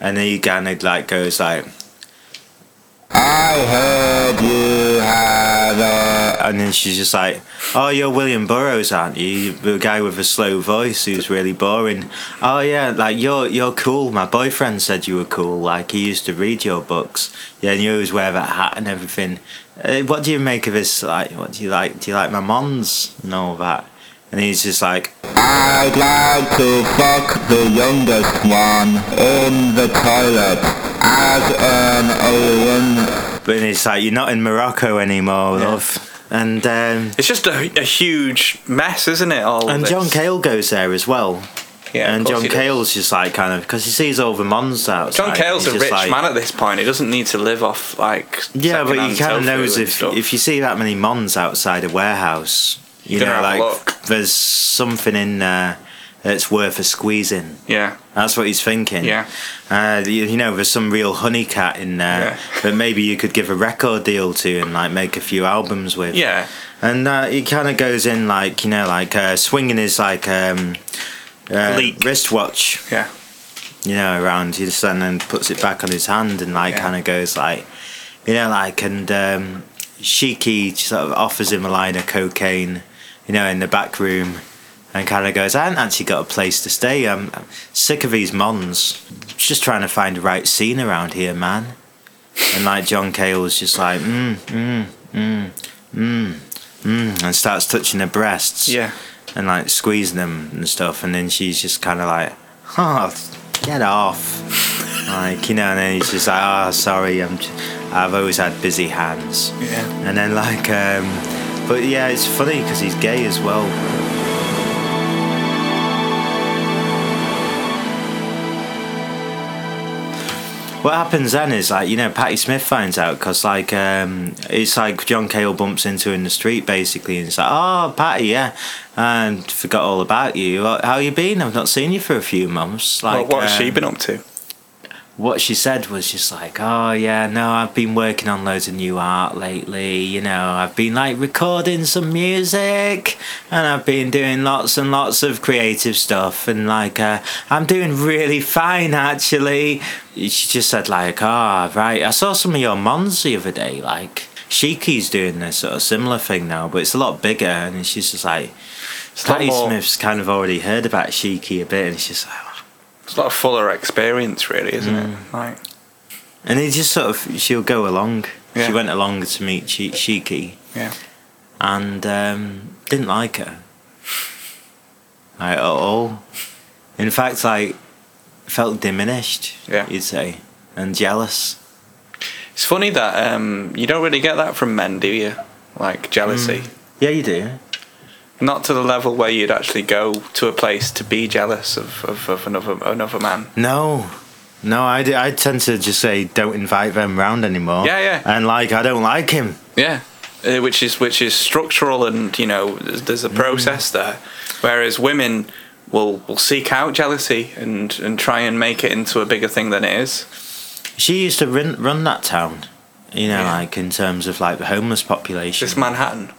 Speaker 2: and he kind of like goes like and then she's just like, "Oh, you're William Burroughs, aren't you? The guy with a slow voice who's really boring. Oh yeah, like you're you're cool. My boyfriend said you were cool. Like he used to read your books. Yeah, and you always wear that hat and everything. Uh, what do you make of this? Like, what do you like? Do you like my mons and all that?" And he's just like,
Speaker 5: I'd like to fuck the youngest one in the toilet as an Owen.
Speaker 2: but then it's like, you're not in Morocco anymore, love. And um,
Speaker 1: It's just a, a huge mess, isn't it? All of
Speaker 2: and
Speaker 1: this?
Speaker 2: John Cale goes there as well.
Speaker 1: Yeah, of
Speaker 2: and
Speaker 1: course
Speaker 2: John
Speaker 1: he does.
Speaker 2: Cale's just like kind of because he sees all the mons outside.
Speaker 1: John Cale's
Speaker 2: he's
Speaker 1: a
Speaker 2: just
Speaker 1: rich
Speaker 2: like-
Speaker 1: man at this point. He doesn't need to live off like
Speaker 2: Yeah, but you
Speaker 1: secondhand
Speaker 2: kind of
Speaker 1: tofu
Speaker 2: knows
Speaker 1: and
Speaker 2: if
Speaker 1: stuff.
Speaker 2: if you see that many mons outside a warehouse, you
Speaker 1: You're gonna
Speaker 2: know,
Speaker 1: have a
Speaker 2: like
Speaker 1: look.
Speaker 2: there's something in there that's worth a squeezing.
Speaker 1: yeah
Speaker 2: That's what he's thinking.
Speaker 1: Yeah.
Speaker 2: Uh, you, you know, there's some real honey cat in there
Speaker 1: Yeah.
Speaker 2: that maybe you could give a record deal to and like make a few albums with.
Speaker 1: yeah
Speaker 2: And uh, he kind of goes in like you know, like uh, swinging his like um, uh,
Speaker 1: Leek.
Speaker 2: wristwatch,
Speaker 1: yeah
Speaker 2: you know, around his son and puts it back on his hand and like
Speaker 1: Yeah.
Speaker 2: kind of goes like, you know, like and um, Shiki sort of offers him a line of cocaine, you know, in the back room, and kind of goes, I haven't actually got a place to stay. I'm I'm sick of these mons. Just trying to find the right scene around here, man. And like John Cale was just like, mm, mm, mm, mm, mm, and starts touching her breasts
Speaker 1: yeah.
Speaker 2: and like squeezing them and stuff. And then she's just kind of like, oh, get off. like, you know, and then he's just like, oh, sorry, I'm j- I've always had busy hands.
Speaker 1: Yeah.
Speaker 2: And then, like, um, but yeah, it's funny because he's gay as well. What happens then is like you know Patty Smith finds out because like um, it's like John Cale bumps into her in the street basically and it's like oh Patty yeah and forgot all about you how how you been I've not seen you for a few months like
Speaker 1: well, what has she
Speaker 2: um,
Speaker 1: been up to?
Speaker 2: what she said was just like, oh yeah, no, I've been working on loads of new art lately. You know, I've been like recording some music, and I've been doing lots and lots of creative stuff, and like uh, I'm doing really fine actually. She just said like, oh right, I saw some of your mons the other day. Like Shiki's doing this sort of similar thing now, but it's a lot bigger, and she's just like,
Speaker 1: It's a lot
Speaker 2: Patty
Speaker 1: more-
Speaker 2: Smith's kind of already heard about Shiki a bit, and she's like.
Speaker 1: It's a lot of fuller experience, really, isn't
Speaker 2: Hmm.
Speaker 1: it? Like,
Speaker 2: And he just sort of, she'll go along.
Speaker 1: Yeah.
Speaker 2: She went along to meet Shi Shiki
Speaker 1: yeah,
Speaker 2: and um, didn't like her. Like, at all. In fact, like, felt diminished,
Speaker 1: Yeah.
Speaker 2: you'd say, and jealous.
Speaker 1: it's funny that um, you don't really get that from men, do you? Like
Speaker 2: Hmm.
Speaker 1: jealousy,
Speaker 2: Yeah, you do.
Speaker 1: not to the level where you'd actually go to a place to be jealous of, of, of another another man.
Speaker 2: No. No, I, d- I tend to just say, don't invite them round anymore.
Speaker 1: Yeah, yeah.
Speaker 2: And, like, I don't like him.
Speaker 1: Yeah, uh, which is which is structural, and you know, there's, there's a process there. Whereas women will will seek out jealousy and and try and make it into a bigger thing than it is.
Speaker 2: She used to run, run that town, you know,
Speaker 1: Yeah.
Speaker 2: like, in terms of, like, the homeless population.
Speaker 1: It's Manhattan.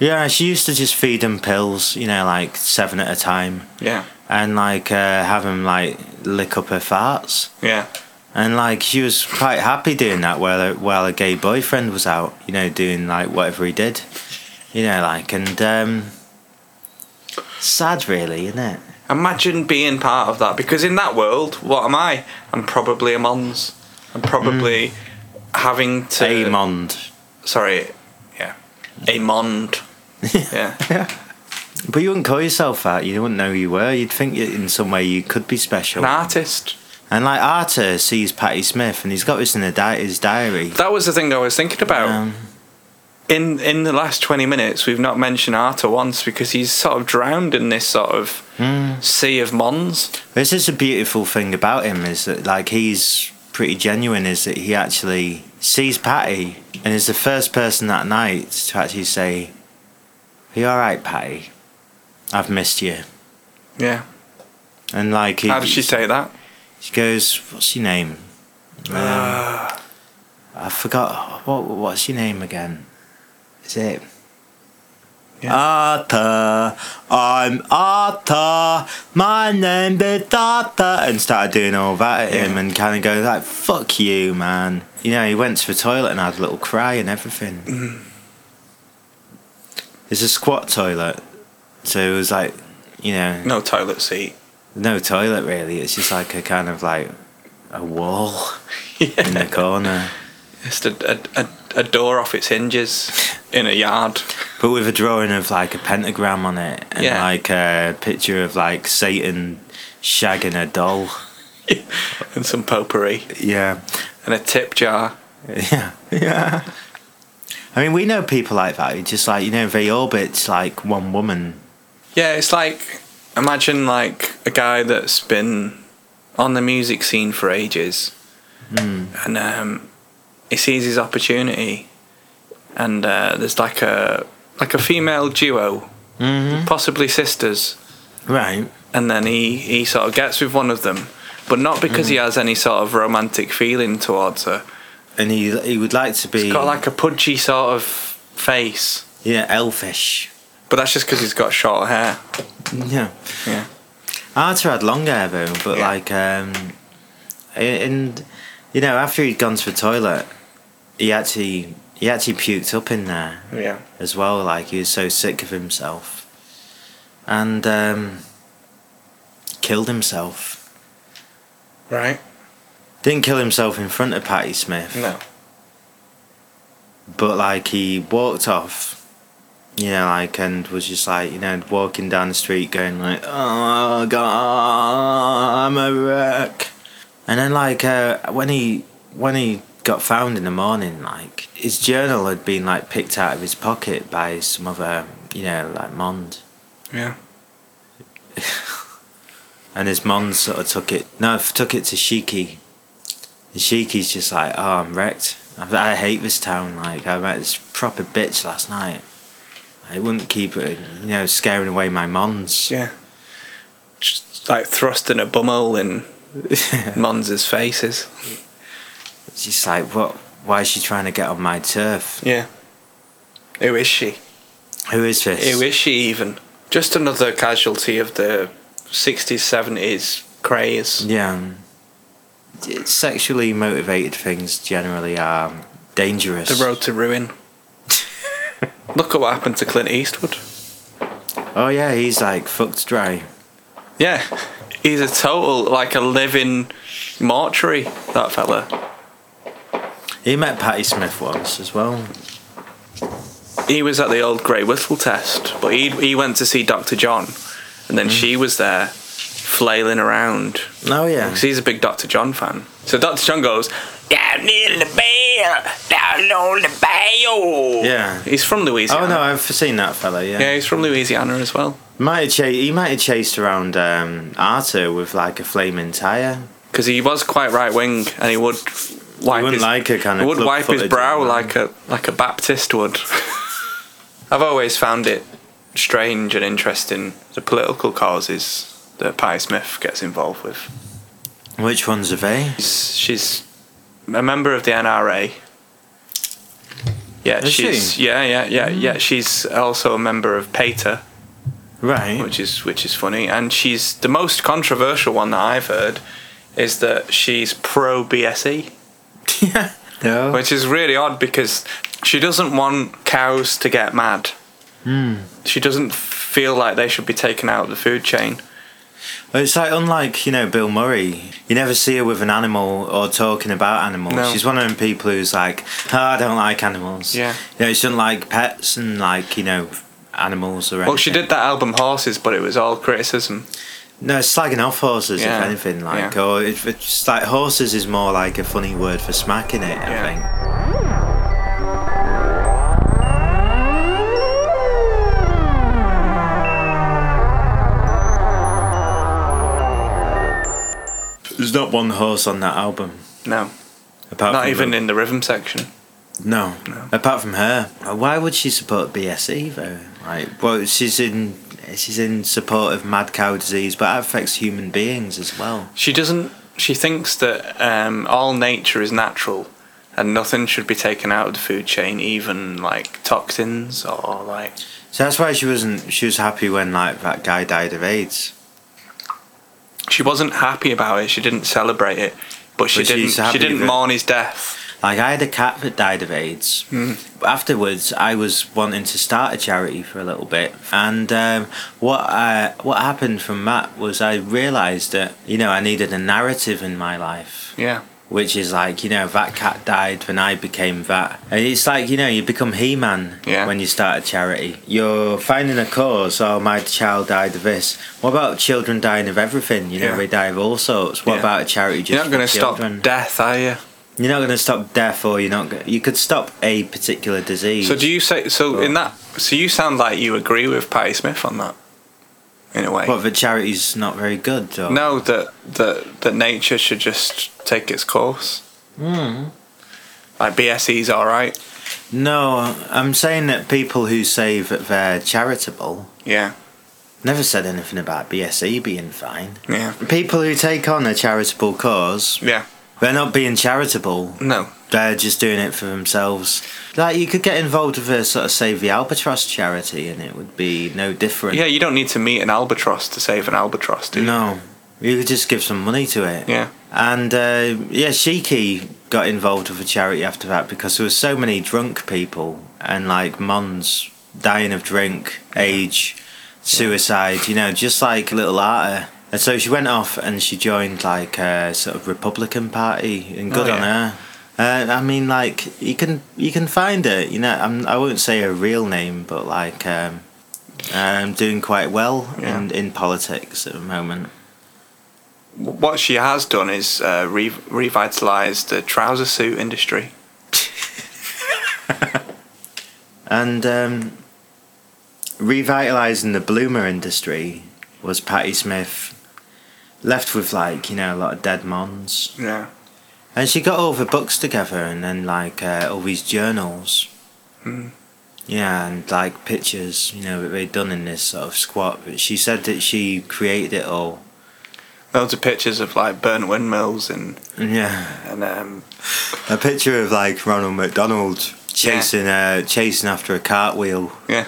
Speaker 2: Yeah, she used to just feed him pills, you know, like seven at a time,
Speaker 1: Yeah,
Speaker 2: and like uh, have him like lick up her farts,
Speaker 1: yeah,
Speaker 2: and like she was quite happy doing that while her, while her gay boyfriend was out, you know, doing like whatever he did, you know, like and um, sad really, isn't it?
Speaker 1: Imagine being part of that because in that world, what am I? I'm probably a mons. I'm probably having to.
Speaker 2: Amond,
Speaker 1: Sorry, yeah, a mond. yeah,
Speaker 2: but you wouldn't call yourself that. You wouldn't know who you were. You'd think that in some way you could be special.
Speaker 1: an artist.
Speaker 2: And like Arthur sees Patty Smith, and he's got this in the di- his diary.
Speaker 1: That was the thing I was thinking about.
Speaker 2: Um,
Speaker 1: in in the last 20 minutes we've not mentioned Arta once because he's sort of drowned in this sort of sea of mons
Speaker 2: This is a beautiful thing about him is that like he's pretty genuine is that he actually sees Patty and is the first person that night to actually say, Are you alright, Patty? I've missed you.
Speaker 1: yeah
Speaker 2: And like he
Speaker 1: how did she say that
Speaker 2: she goes, What's your name? Um,
Speaker 1: Ah.
Speaker 2: I forgot what what's your name again? Is it
Speaker 1: Yeah.
Speaker 2: Arthur, I'm Arthur. My name is Arthur, and started doing all that at him,
Speaker 1: Yeah.
Speaker 2: and kind of go like, "Fuck you, man." You know, he went to the toilet and had a little cry and everything.
Speaker 1: Mm-hmm.
Speaker 2: It's a squat toilet, so it was like, you know,
Speaker 1: no toilet seat
Speaker 2: no toilet really. It's just like a kind of like a wall in the corner,
Speaker 1: just a, a, a, a door off its hinges in a yard
Speaker 2: but with a drawing of like a pentagram on it and
Speaker 1: Yeah.
Speaker 2: like a picture of like Satan shagging a doll.
Speaker 1: and some potpourri
Speaker 2: Yeah,
Speaker 1: and a tip jar
Speaker 2: yeah, yeah. I mean, we know people like that. It's just like you know, they orbit like one woman.
Speaker 1: Yeah, it's like imagine like a guy that's been on the music scene for ages, and um, he sees his opportunity, and uh, there's like a like a female duo, possibly sisters,
Speaker 2: Right.
Speaker 1: and then he he sort of gets with one of them, but not because he has any sort of romantic feeling towards her.
Speaker 2: And he he would like to be
Speaker 1: He's got like a pudgy sort of face,
Speaker 2: yeah elfish.
Speaker 1: but that's just because he's got short hair.
Speaker 2: Yeah.
Speaker 1: Yeah.
Speaker 2: Arthur had long hair though, but
Speaker 1: Yeah.
Speaker 2: like, um, and you know, after he'd gone to the toilet, he actually he actually puked up in there
Speaker 1: Yeah.
Speaker 2: as well. Like he was so sick of himself, and um, killed himself.
Speaker 1: Right.
Speaker 2: Didn't kill himself in front of Patty Smith,
Speaker 1: No.
Speaker 2: but like he walked off. You know, like, and was just like, you know, walking down the street going like, oh, God, I'm a wreck. And then, like, uh, when he when he got found in the morning, like, his journal had been, like, picked out of his pocket by some other, you know, like, Mond.
Speaker 1: Yeah.
Speaker 2: And his Mond sort of took it, no, took it to Shiki. And Shiki's just like, oh, I'm wrecked. I, I hate this town. Like, I met this proper bitch last night. I wouldn't keep it, you know, scaring away my Mons.
Speaker 1: Yeah. Just like thrusting a bumhole in Monza's faces.
Speaker 2: It's just like, what? Why is she trying to get on my turf?
Speaker 1: Yeah. Who is she?
Speaker 2: Who is this?
Speaker 1: Who is she even? Just another casualty of the 60s, 70s craze.
Speaker 2: Yeah. um, d- Sexually motivated things generally are dangerous.
Speaker 1: The road to ruin. Look at what happened to Clint Eastwood.
Speaker 2: Oh yeah, he's like fucked dry.
Speaker 1: Yeah. He's a total, like a living mortuary, that fella.
Speaker 2: He met Patty Smith once as well.
Speaker 1: He was at the old Grey Whistle test, but he, he went to see Dr. John, and then she was there flailing around.
Speaker 2: Oh yeah.
Speaker 1: Because he's a big Dr. John fan. So Dr. John goes, Down in the bay, down on the bayou.
Speaker 2: Yeah.
Speaker 1: He's from Louisiana.
Speaker 2: Oh no, I've seen that fella. Yeah.
Speaker 1: Yeah, he's from Louisiana as well.
Speaker 2: Might have cha- he might have chased around um, Arthur with like a flaming tire.
Speaker 1: Because he was quite right wing and he would wipe
Speaker 2: wouldn't
Speaker 1: his,
Speaker 2: like a kind
Speaker 1: he
Speaker 2: of
Speaker 1: would
Speaker 2: club
Speaker 1: wipe his
Speaker 2: footed
Speaker 1: brow
Speaker 2: man.
Speaker 1: like a like a Baptist would. I've always found it strange and interesting the political causes that Patty Smith gets involved with.
Speaker 2: Which ones are they?
Speaker 1: She's, she's a member of the NRA. Yeah,
Speaker 2: Is
Speaker 1: she's
Speaker 2: she? Mm.
Speaker 1: yeah, yeah, yeah, yeah. She's also a member of PETA,
Speaker 2: Right.
Speaker 1: which is which is funny. And she's the most controversial one that I've heard is that she's pro BSE,
Speaker 2: yeah. No.
Speaker 1: which is really odd because she doesn't want cows to get mad.
Speaker 2: Hmm.
Speaker 1: She doesn't feel like they should be taken out of the food chain.
Speaker 2: It's like unlike you know Bill Murray. You never see her with an animal or talking about animals.
Speaker 1: No.
Speaker 2: She's one of them people who's like, oh, I don't like animals.
Speaker 1: Yeah.
Speaker 2: you know, she doesn't like pets and like you know animals or.
Speaker 1: Well, she
Speaker 2: anything.
Speaker 1: did that album Horses, but it was all criticism.
Speaker 2: No, it's slagging off horses
Speaker 1: Yeah.
Speaker 2: if anything. Like,
Speaker 1: Yeah.
Speaker 2: or it, it's just like horses is more like a funny word for smacking it. I
Speaker 1: Yeah.
Speaker 2: think. There's not one horse on that album.
Speaker 1: No,
Speaker 2: Apart
Speaker 1: not
Speaker 2: from
Speaker 1: even
Speaker 2: the-
Speaker 1: in the rhythm section.
Speaker 2: no.
Speaker 1: No.
Speaker 2: Apart from her, why would she support BSE though? Like, well, she's in she's in support of mad cow disease, but that affects human beings as well.
Speaker 1: She doesn't. She thinks that um, all nature is natural, and nothing should be taken out of the food chain, even like toxins or like.
Speaker 2: So that's why she wasn't. She was happy when like that guy died of AIDS.
Speaker 1: She wasn't happy about it. She didn't celebrate it, but she
Speaker 2: But she's
Speaker 1: didn't. She
Speaker 2: happy
Speaker 1: didn't
Speaker 2: that-
Speaker 1: mourn his death.
Speaker 2: Like I had a cat that died of AIDS. Afterwards, I was wanting to start a charity for a little bit, and um, what uh, what happened from that was I realised that you know I needed a narrative in my life.
Speaker 1: Yeah.
Speaker 2: Which is like, you know, that cat died when I became that. And it's like, you know, you become He Man
Speaker 1: Yeah.
Speaker 2: when you start a charity. You're finding a cause, oh, my child died of this. What about children dying of everything? You know,
Speaker 1: Yeah.
Speaker 2: they die of all sorts. What
Speaker 1: Yeah.
Speaker 2: about a charity just
Speaker 1: You're not
Speaker 2: for
Speaker 1: going to stop
Speaker 2: children?
Speaker 1: death, are you?
Speaker 2: You're not going to stop death, or you're not. Go- you could stop a particular disease.
Speaker 1: So do you say so
Speaker 2: Well-
Speaker 1: in that? So you sound like you agree with Patty Smith on that, in a way.
Speaker 2: What the charity's not very good? Or,
Speaker 1: No, that that that nature should just take its course.
Speaker 2: Hmm.
Speaker 1: Mm. Like BSE's all right.
Speaker 2: no. I'm saying that people who say that they're charitable
Speaker 1: Yeah,
Speaker 2: never said anything about BSE being fine.
Speaker 1: yeah,
Speaker 2: People who take on a charitable cause,
Speaker 1: yeah.
Speaker 2: they're not being charitable.
Speaker 1: No,
Speaker 2: They're just doing it for themselves. Like you could get involved with a sort of Save the Albatross charity, and it would be no different.
Speaker 1: yeah. You don't need to meet an albatross to save an albatross, do you?
Speaker 2: No, you could just give some money to it.
Speaker 1: Yeah.
Speaker 2: And uh, yeah, Shiki got involved with a charity after that because there were so many drunk people and like mons dying of drink, age, suicide. You know, just like little Arta. And so she went off and she joined like a sort of Republican party, and good
Speaker 1: Oh,
Speaker 2: on
Speaker 1: yeah.
Speaker 2: her. Uh, I mean, like you can you can find it. You know, I'm, I won't say her real name, but like um, um, doing quite well
Speaker 1: Yeah.
Speaker 2: in, in politics at the moment.
Speaker 1: What she has done is uh, re- revitalized the trouser suit industry.
Speaker 2: And um, revitalising the bloomer industry was Patty Smith. Left with like you know a lot of dead mons,
Speaker 1: Yeah.
Speaker 2: and she got all the books together, and then like uh, all these journals, Hmm.
Speaker 1: Mm.
Speaker 2: yeah, and like pictures, you know, that they'd done in this sort of squat. But she said that she created it all,
Speaker 1: Loads of pictures of like burnt windmills and
Speaker 2: yeah.
Speaker 1: and um,
Speaker 2: Hmm. A picture of like Ronald McDonald chasing uh, chasing after a cartwheel.
Speaker 1: yeah.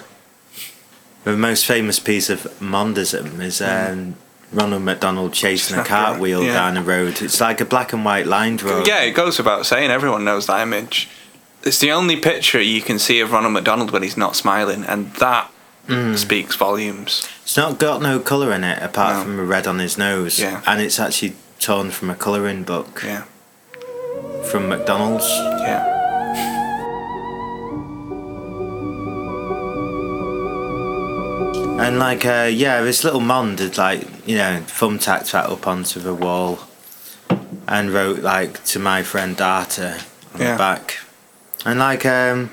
Speaker 2: The most famous piece of Mondism is um, Ronald McDonald chasing a
Speaker 1: After a-
Speaker 2: cartwheel
Speaker 1: yeah.
Speaker 2: down a road. It's like a black and white line drawing.
Speaker 1: Yeah, it goes without saying. Everyone knows that image. It's the only picture you can see of Ronald McDonald when he's not smiling, and that speaks volumes.
Speaker 2: It's not got no colour in it apart
Speaker 1: No.
Speaker 2: from the red on his nose.
Speaker 1: Yeah.
Speaker 2: And it's actually torn from a colouring book
Speaker 1: Yeah,
Speaker 2: from McDonald's.
Speaker 1: yeah.
Speaker 2: And like, uh, yeah, this little mon did like, you know, thumbtacked that up onto the wall, and wrote like to my friend Data on
Speaker 1: Yeah.
Speaker 2: the back, and like, um,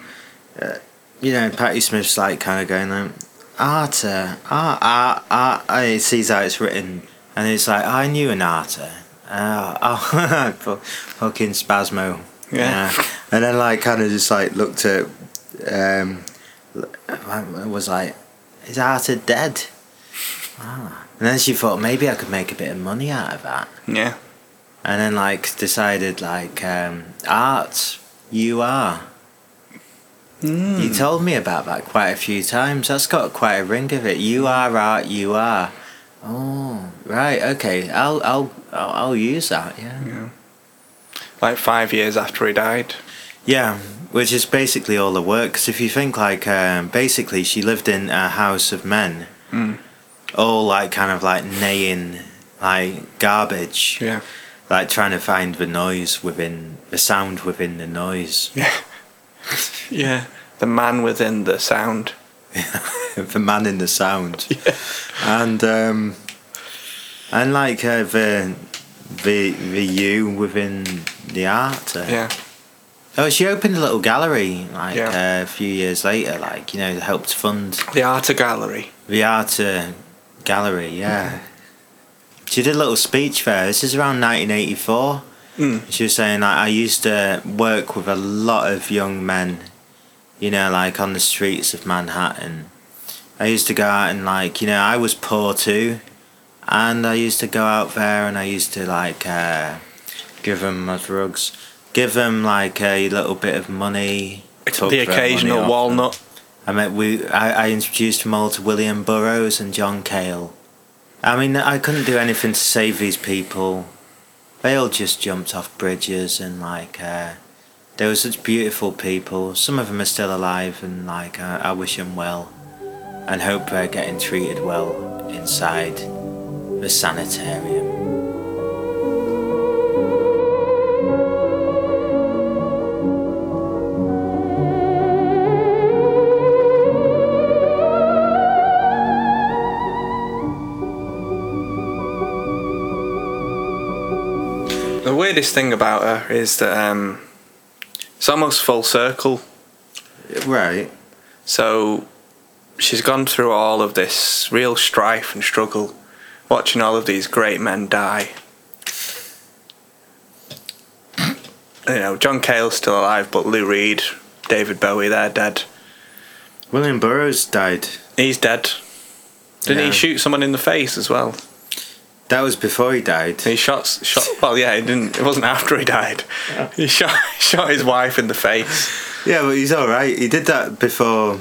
Speaker 2: uh, you know, Patty Smith's like kind of going like, Arta, ah, ah, ah, ah," he sees how it's written, and it's like, I knew an Arta, oh, oh fu- fucking spasmo,
Speaker 1: Yeah.
Speaker 2: and then like kind of just like looked at, um, l- I was like. Is Arta dead? Ah. And then she thought maybe I could make a bit of money out of that.
Speaker 1: Yeah.
Speaker 2: And then like decided like um, art, you are.
Speaker 1: Mm. Hmm.
Speaker 2: You told me about that quite a few times. That's got quite a ring of it. You are art. You are. Oh right, okay. I'll I'll I'll, I'll use that. Yeah.
Speaker 1: Like five years after he died.
Speaker 2: Yeah, which is basically all the work. Because if you think like, um, basically, she lived in a house of men,
Speaker 1: Mm.
Speaker 2: all like kind of like neighing like garbage,
Speaker 1: Yeah.
Speaker 2: like trying to find the noise within the sound within the noise.
Speaker 1: Yeah. The man within the sound.
Speaker 2: the man in the sound, and um, and like uh, the the the you within the art. uh,
Speaker 1: Yeah.
Speaker 2: Oh, she opened a little gallery like
Speaker 1: Yeah.
Speaker 2: uh, a few years later, like you know, helped fund
Speaker 1: The Art Gallery.
Speaker 2: The art uh, gallery, yeah. She did a little speech there. This is around 1984.
Speaker 1: Mm.
Speaker 2: She was saying, like, I used to work with a lot of young men, you know, like on the streets of Manhattan. I used to go out and, like, you know, I was poor too. And I used to go out there and I used to, like, uh, give them my drugs, give them, like, a little bit of money. took
Speaker 1: the
Speaker 2: their money off
Speaker 1: occasional
Speaker 2: them.
Speaker 1: walnut.
Speaker 2: I mean, we I, I introduced them all to William Burroughs and John Cale. I mean, I couldn't do anything to save these people. They all just jumped off bridges and like uh, they were such beautiful people. Some of them are still alive, and like uh, I, I wish them well, and hope they're getting treated well inside the sanitarium.
Speaker 1: The weird weirdest thing about her is that um, it's almost full circle.
Speaker 2: Right.
Speaker 1: So she's gone through all of this real strife and struggle, watching all of these great men die. You know, John Cale's still alive, but Lou Reed, David Bowie, they're dead.
Speaker 2: William Burroughs died.
Speaker 1: He's dead. Didn't
Speaker 2: Yeah.
Speaker 1: he shoot someone in the face as well?
Speaker 2: That was before he died.
Speaker 1: He shot, shot. Well, yeah, he didn't. It wasn't after he died. He shot, shot his wife in the face.
Speaker 2: Yeah, but he's all right. He did that before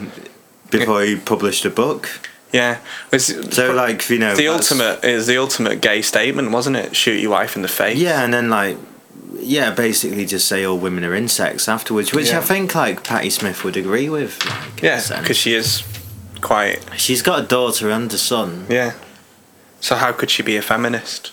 Speaker 2: before he published a book.
Speaker 1: Yeah, it's,
Speaker 2: So like you know
Speaker 1: the
Speaker 2: that's-
Speaker 1: ultimate is the ultimate gay statement, wasn't it? Shoot your wife in the face.
Speaker 2: Yeah, and then like yeah, basically just say all women are insects afterwards, which
Speaker 1: Yeah.
Speaker 2: I think like Patti Smith would agree with. like, in a
Speaker 1: Yeah,
Speaker 2: sense.
Speaker 1: because she is quite.
Speaker 2: she's got a daughter and a son.
Speaker 1: Yeah. So how could she be a feminist?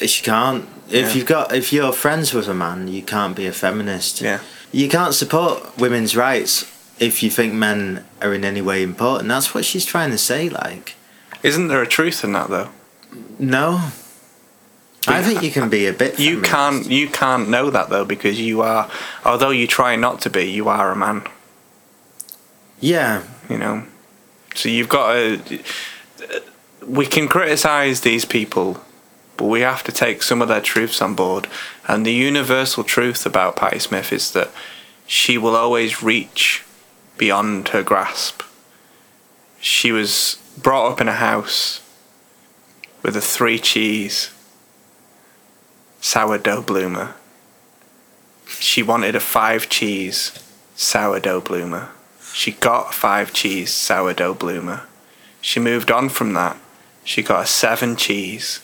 Speaker 2: She can't. If
Speaker 1: Yeah.
Speaker 2: you've got if you're friends with a man, you can't be a feminist.
Speaker 1: Yeah.
Speaker 2: You can't support women's rights if you think men are in any way important. That's what she's trying to say. Like,
Speaker 1: Isn't there a truth in that though?
Speaker 2: no. I think you can be a bit.
Speaker 1: You
Speaker 2: feminist.
Speaker 1: can't. You can't know that though because you are. Although you try not to be, you are a man.
Speaker 2: Yeah,
Speaker 1: you know. So you've got to. We can criticize these people, but we have to take some of their truths on board. And the universal truth about Patti Smith is that she will always reach beyond her grasp. She was brought up in a house with a three cheese sourdough bloomer. She wanted a five cheese sourdough bloomer. She got a five cheese sourdough bloomer. She moved on from that. She got a seven cheese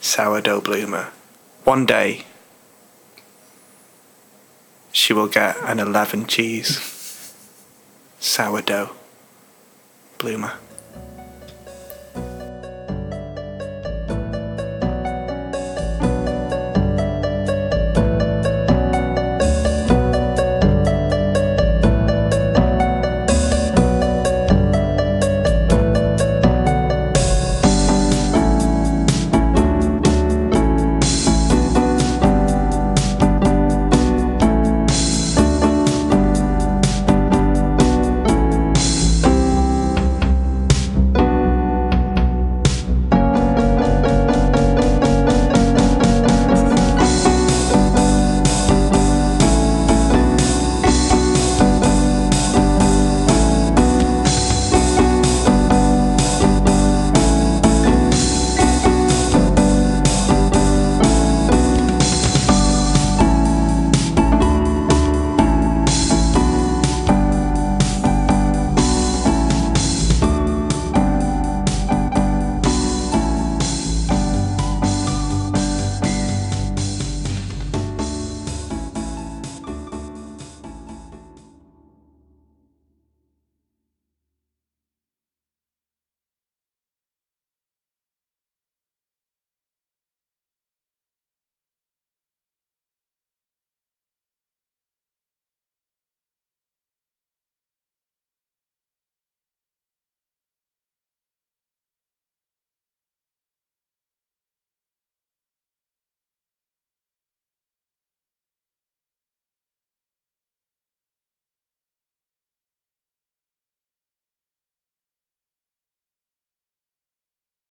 Speaker 1: sourdough bloomer. One day, she will get an 11 cheese sourdough bloomer.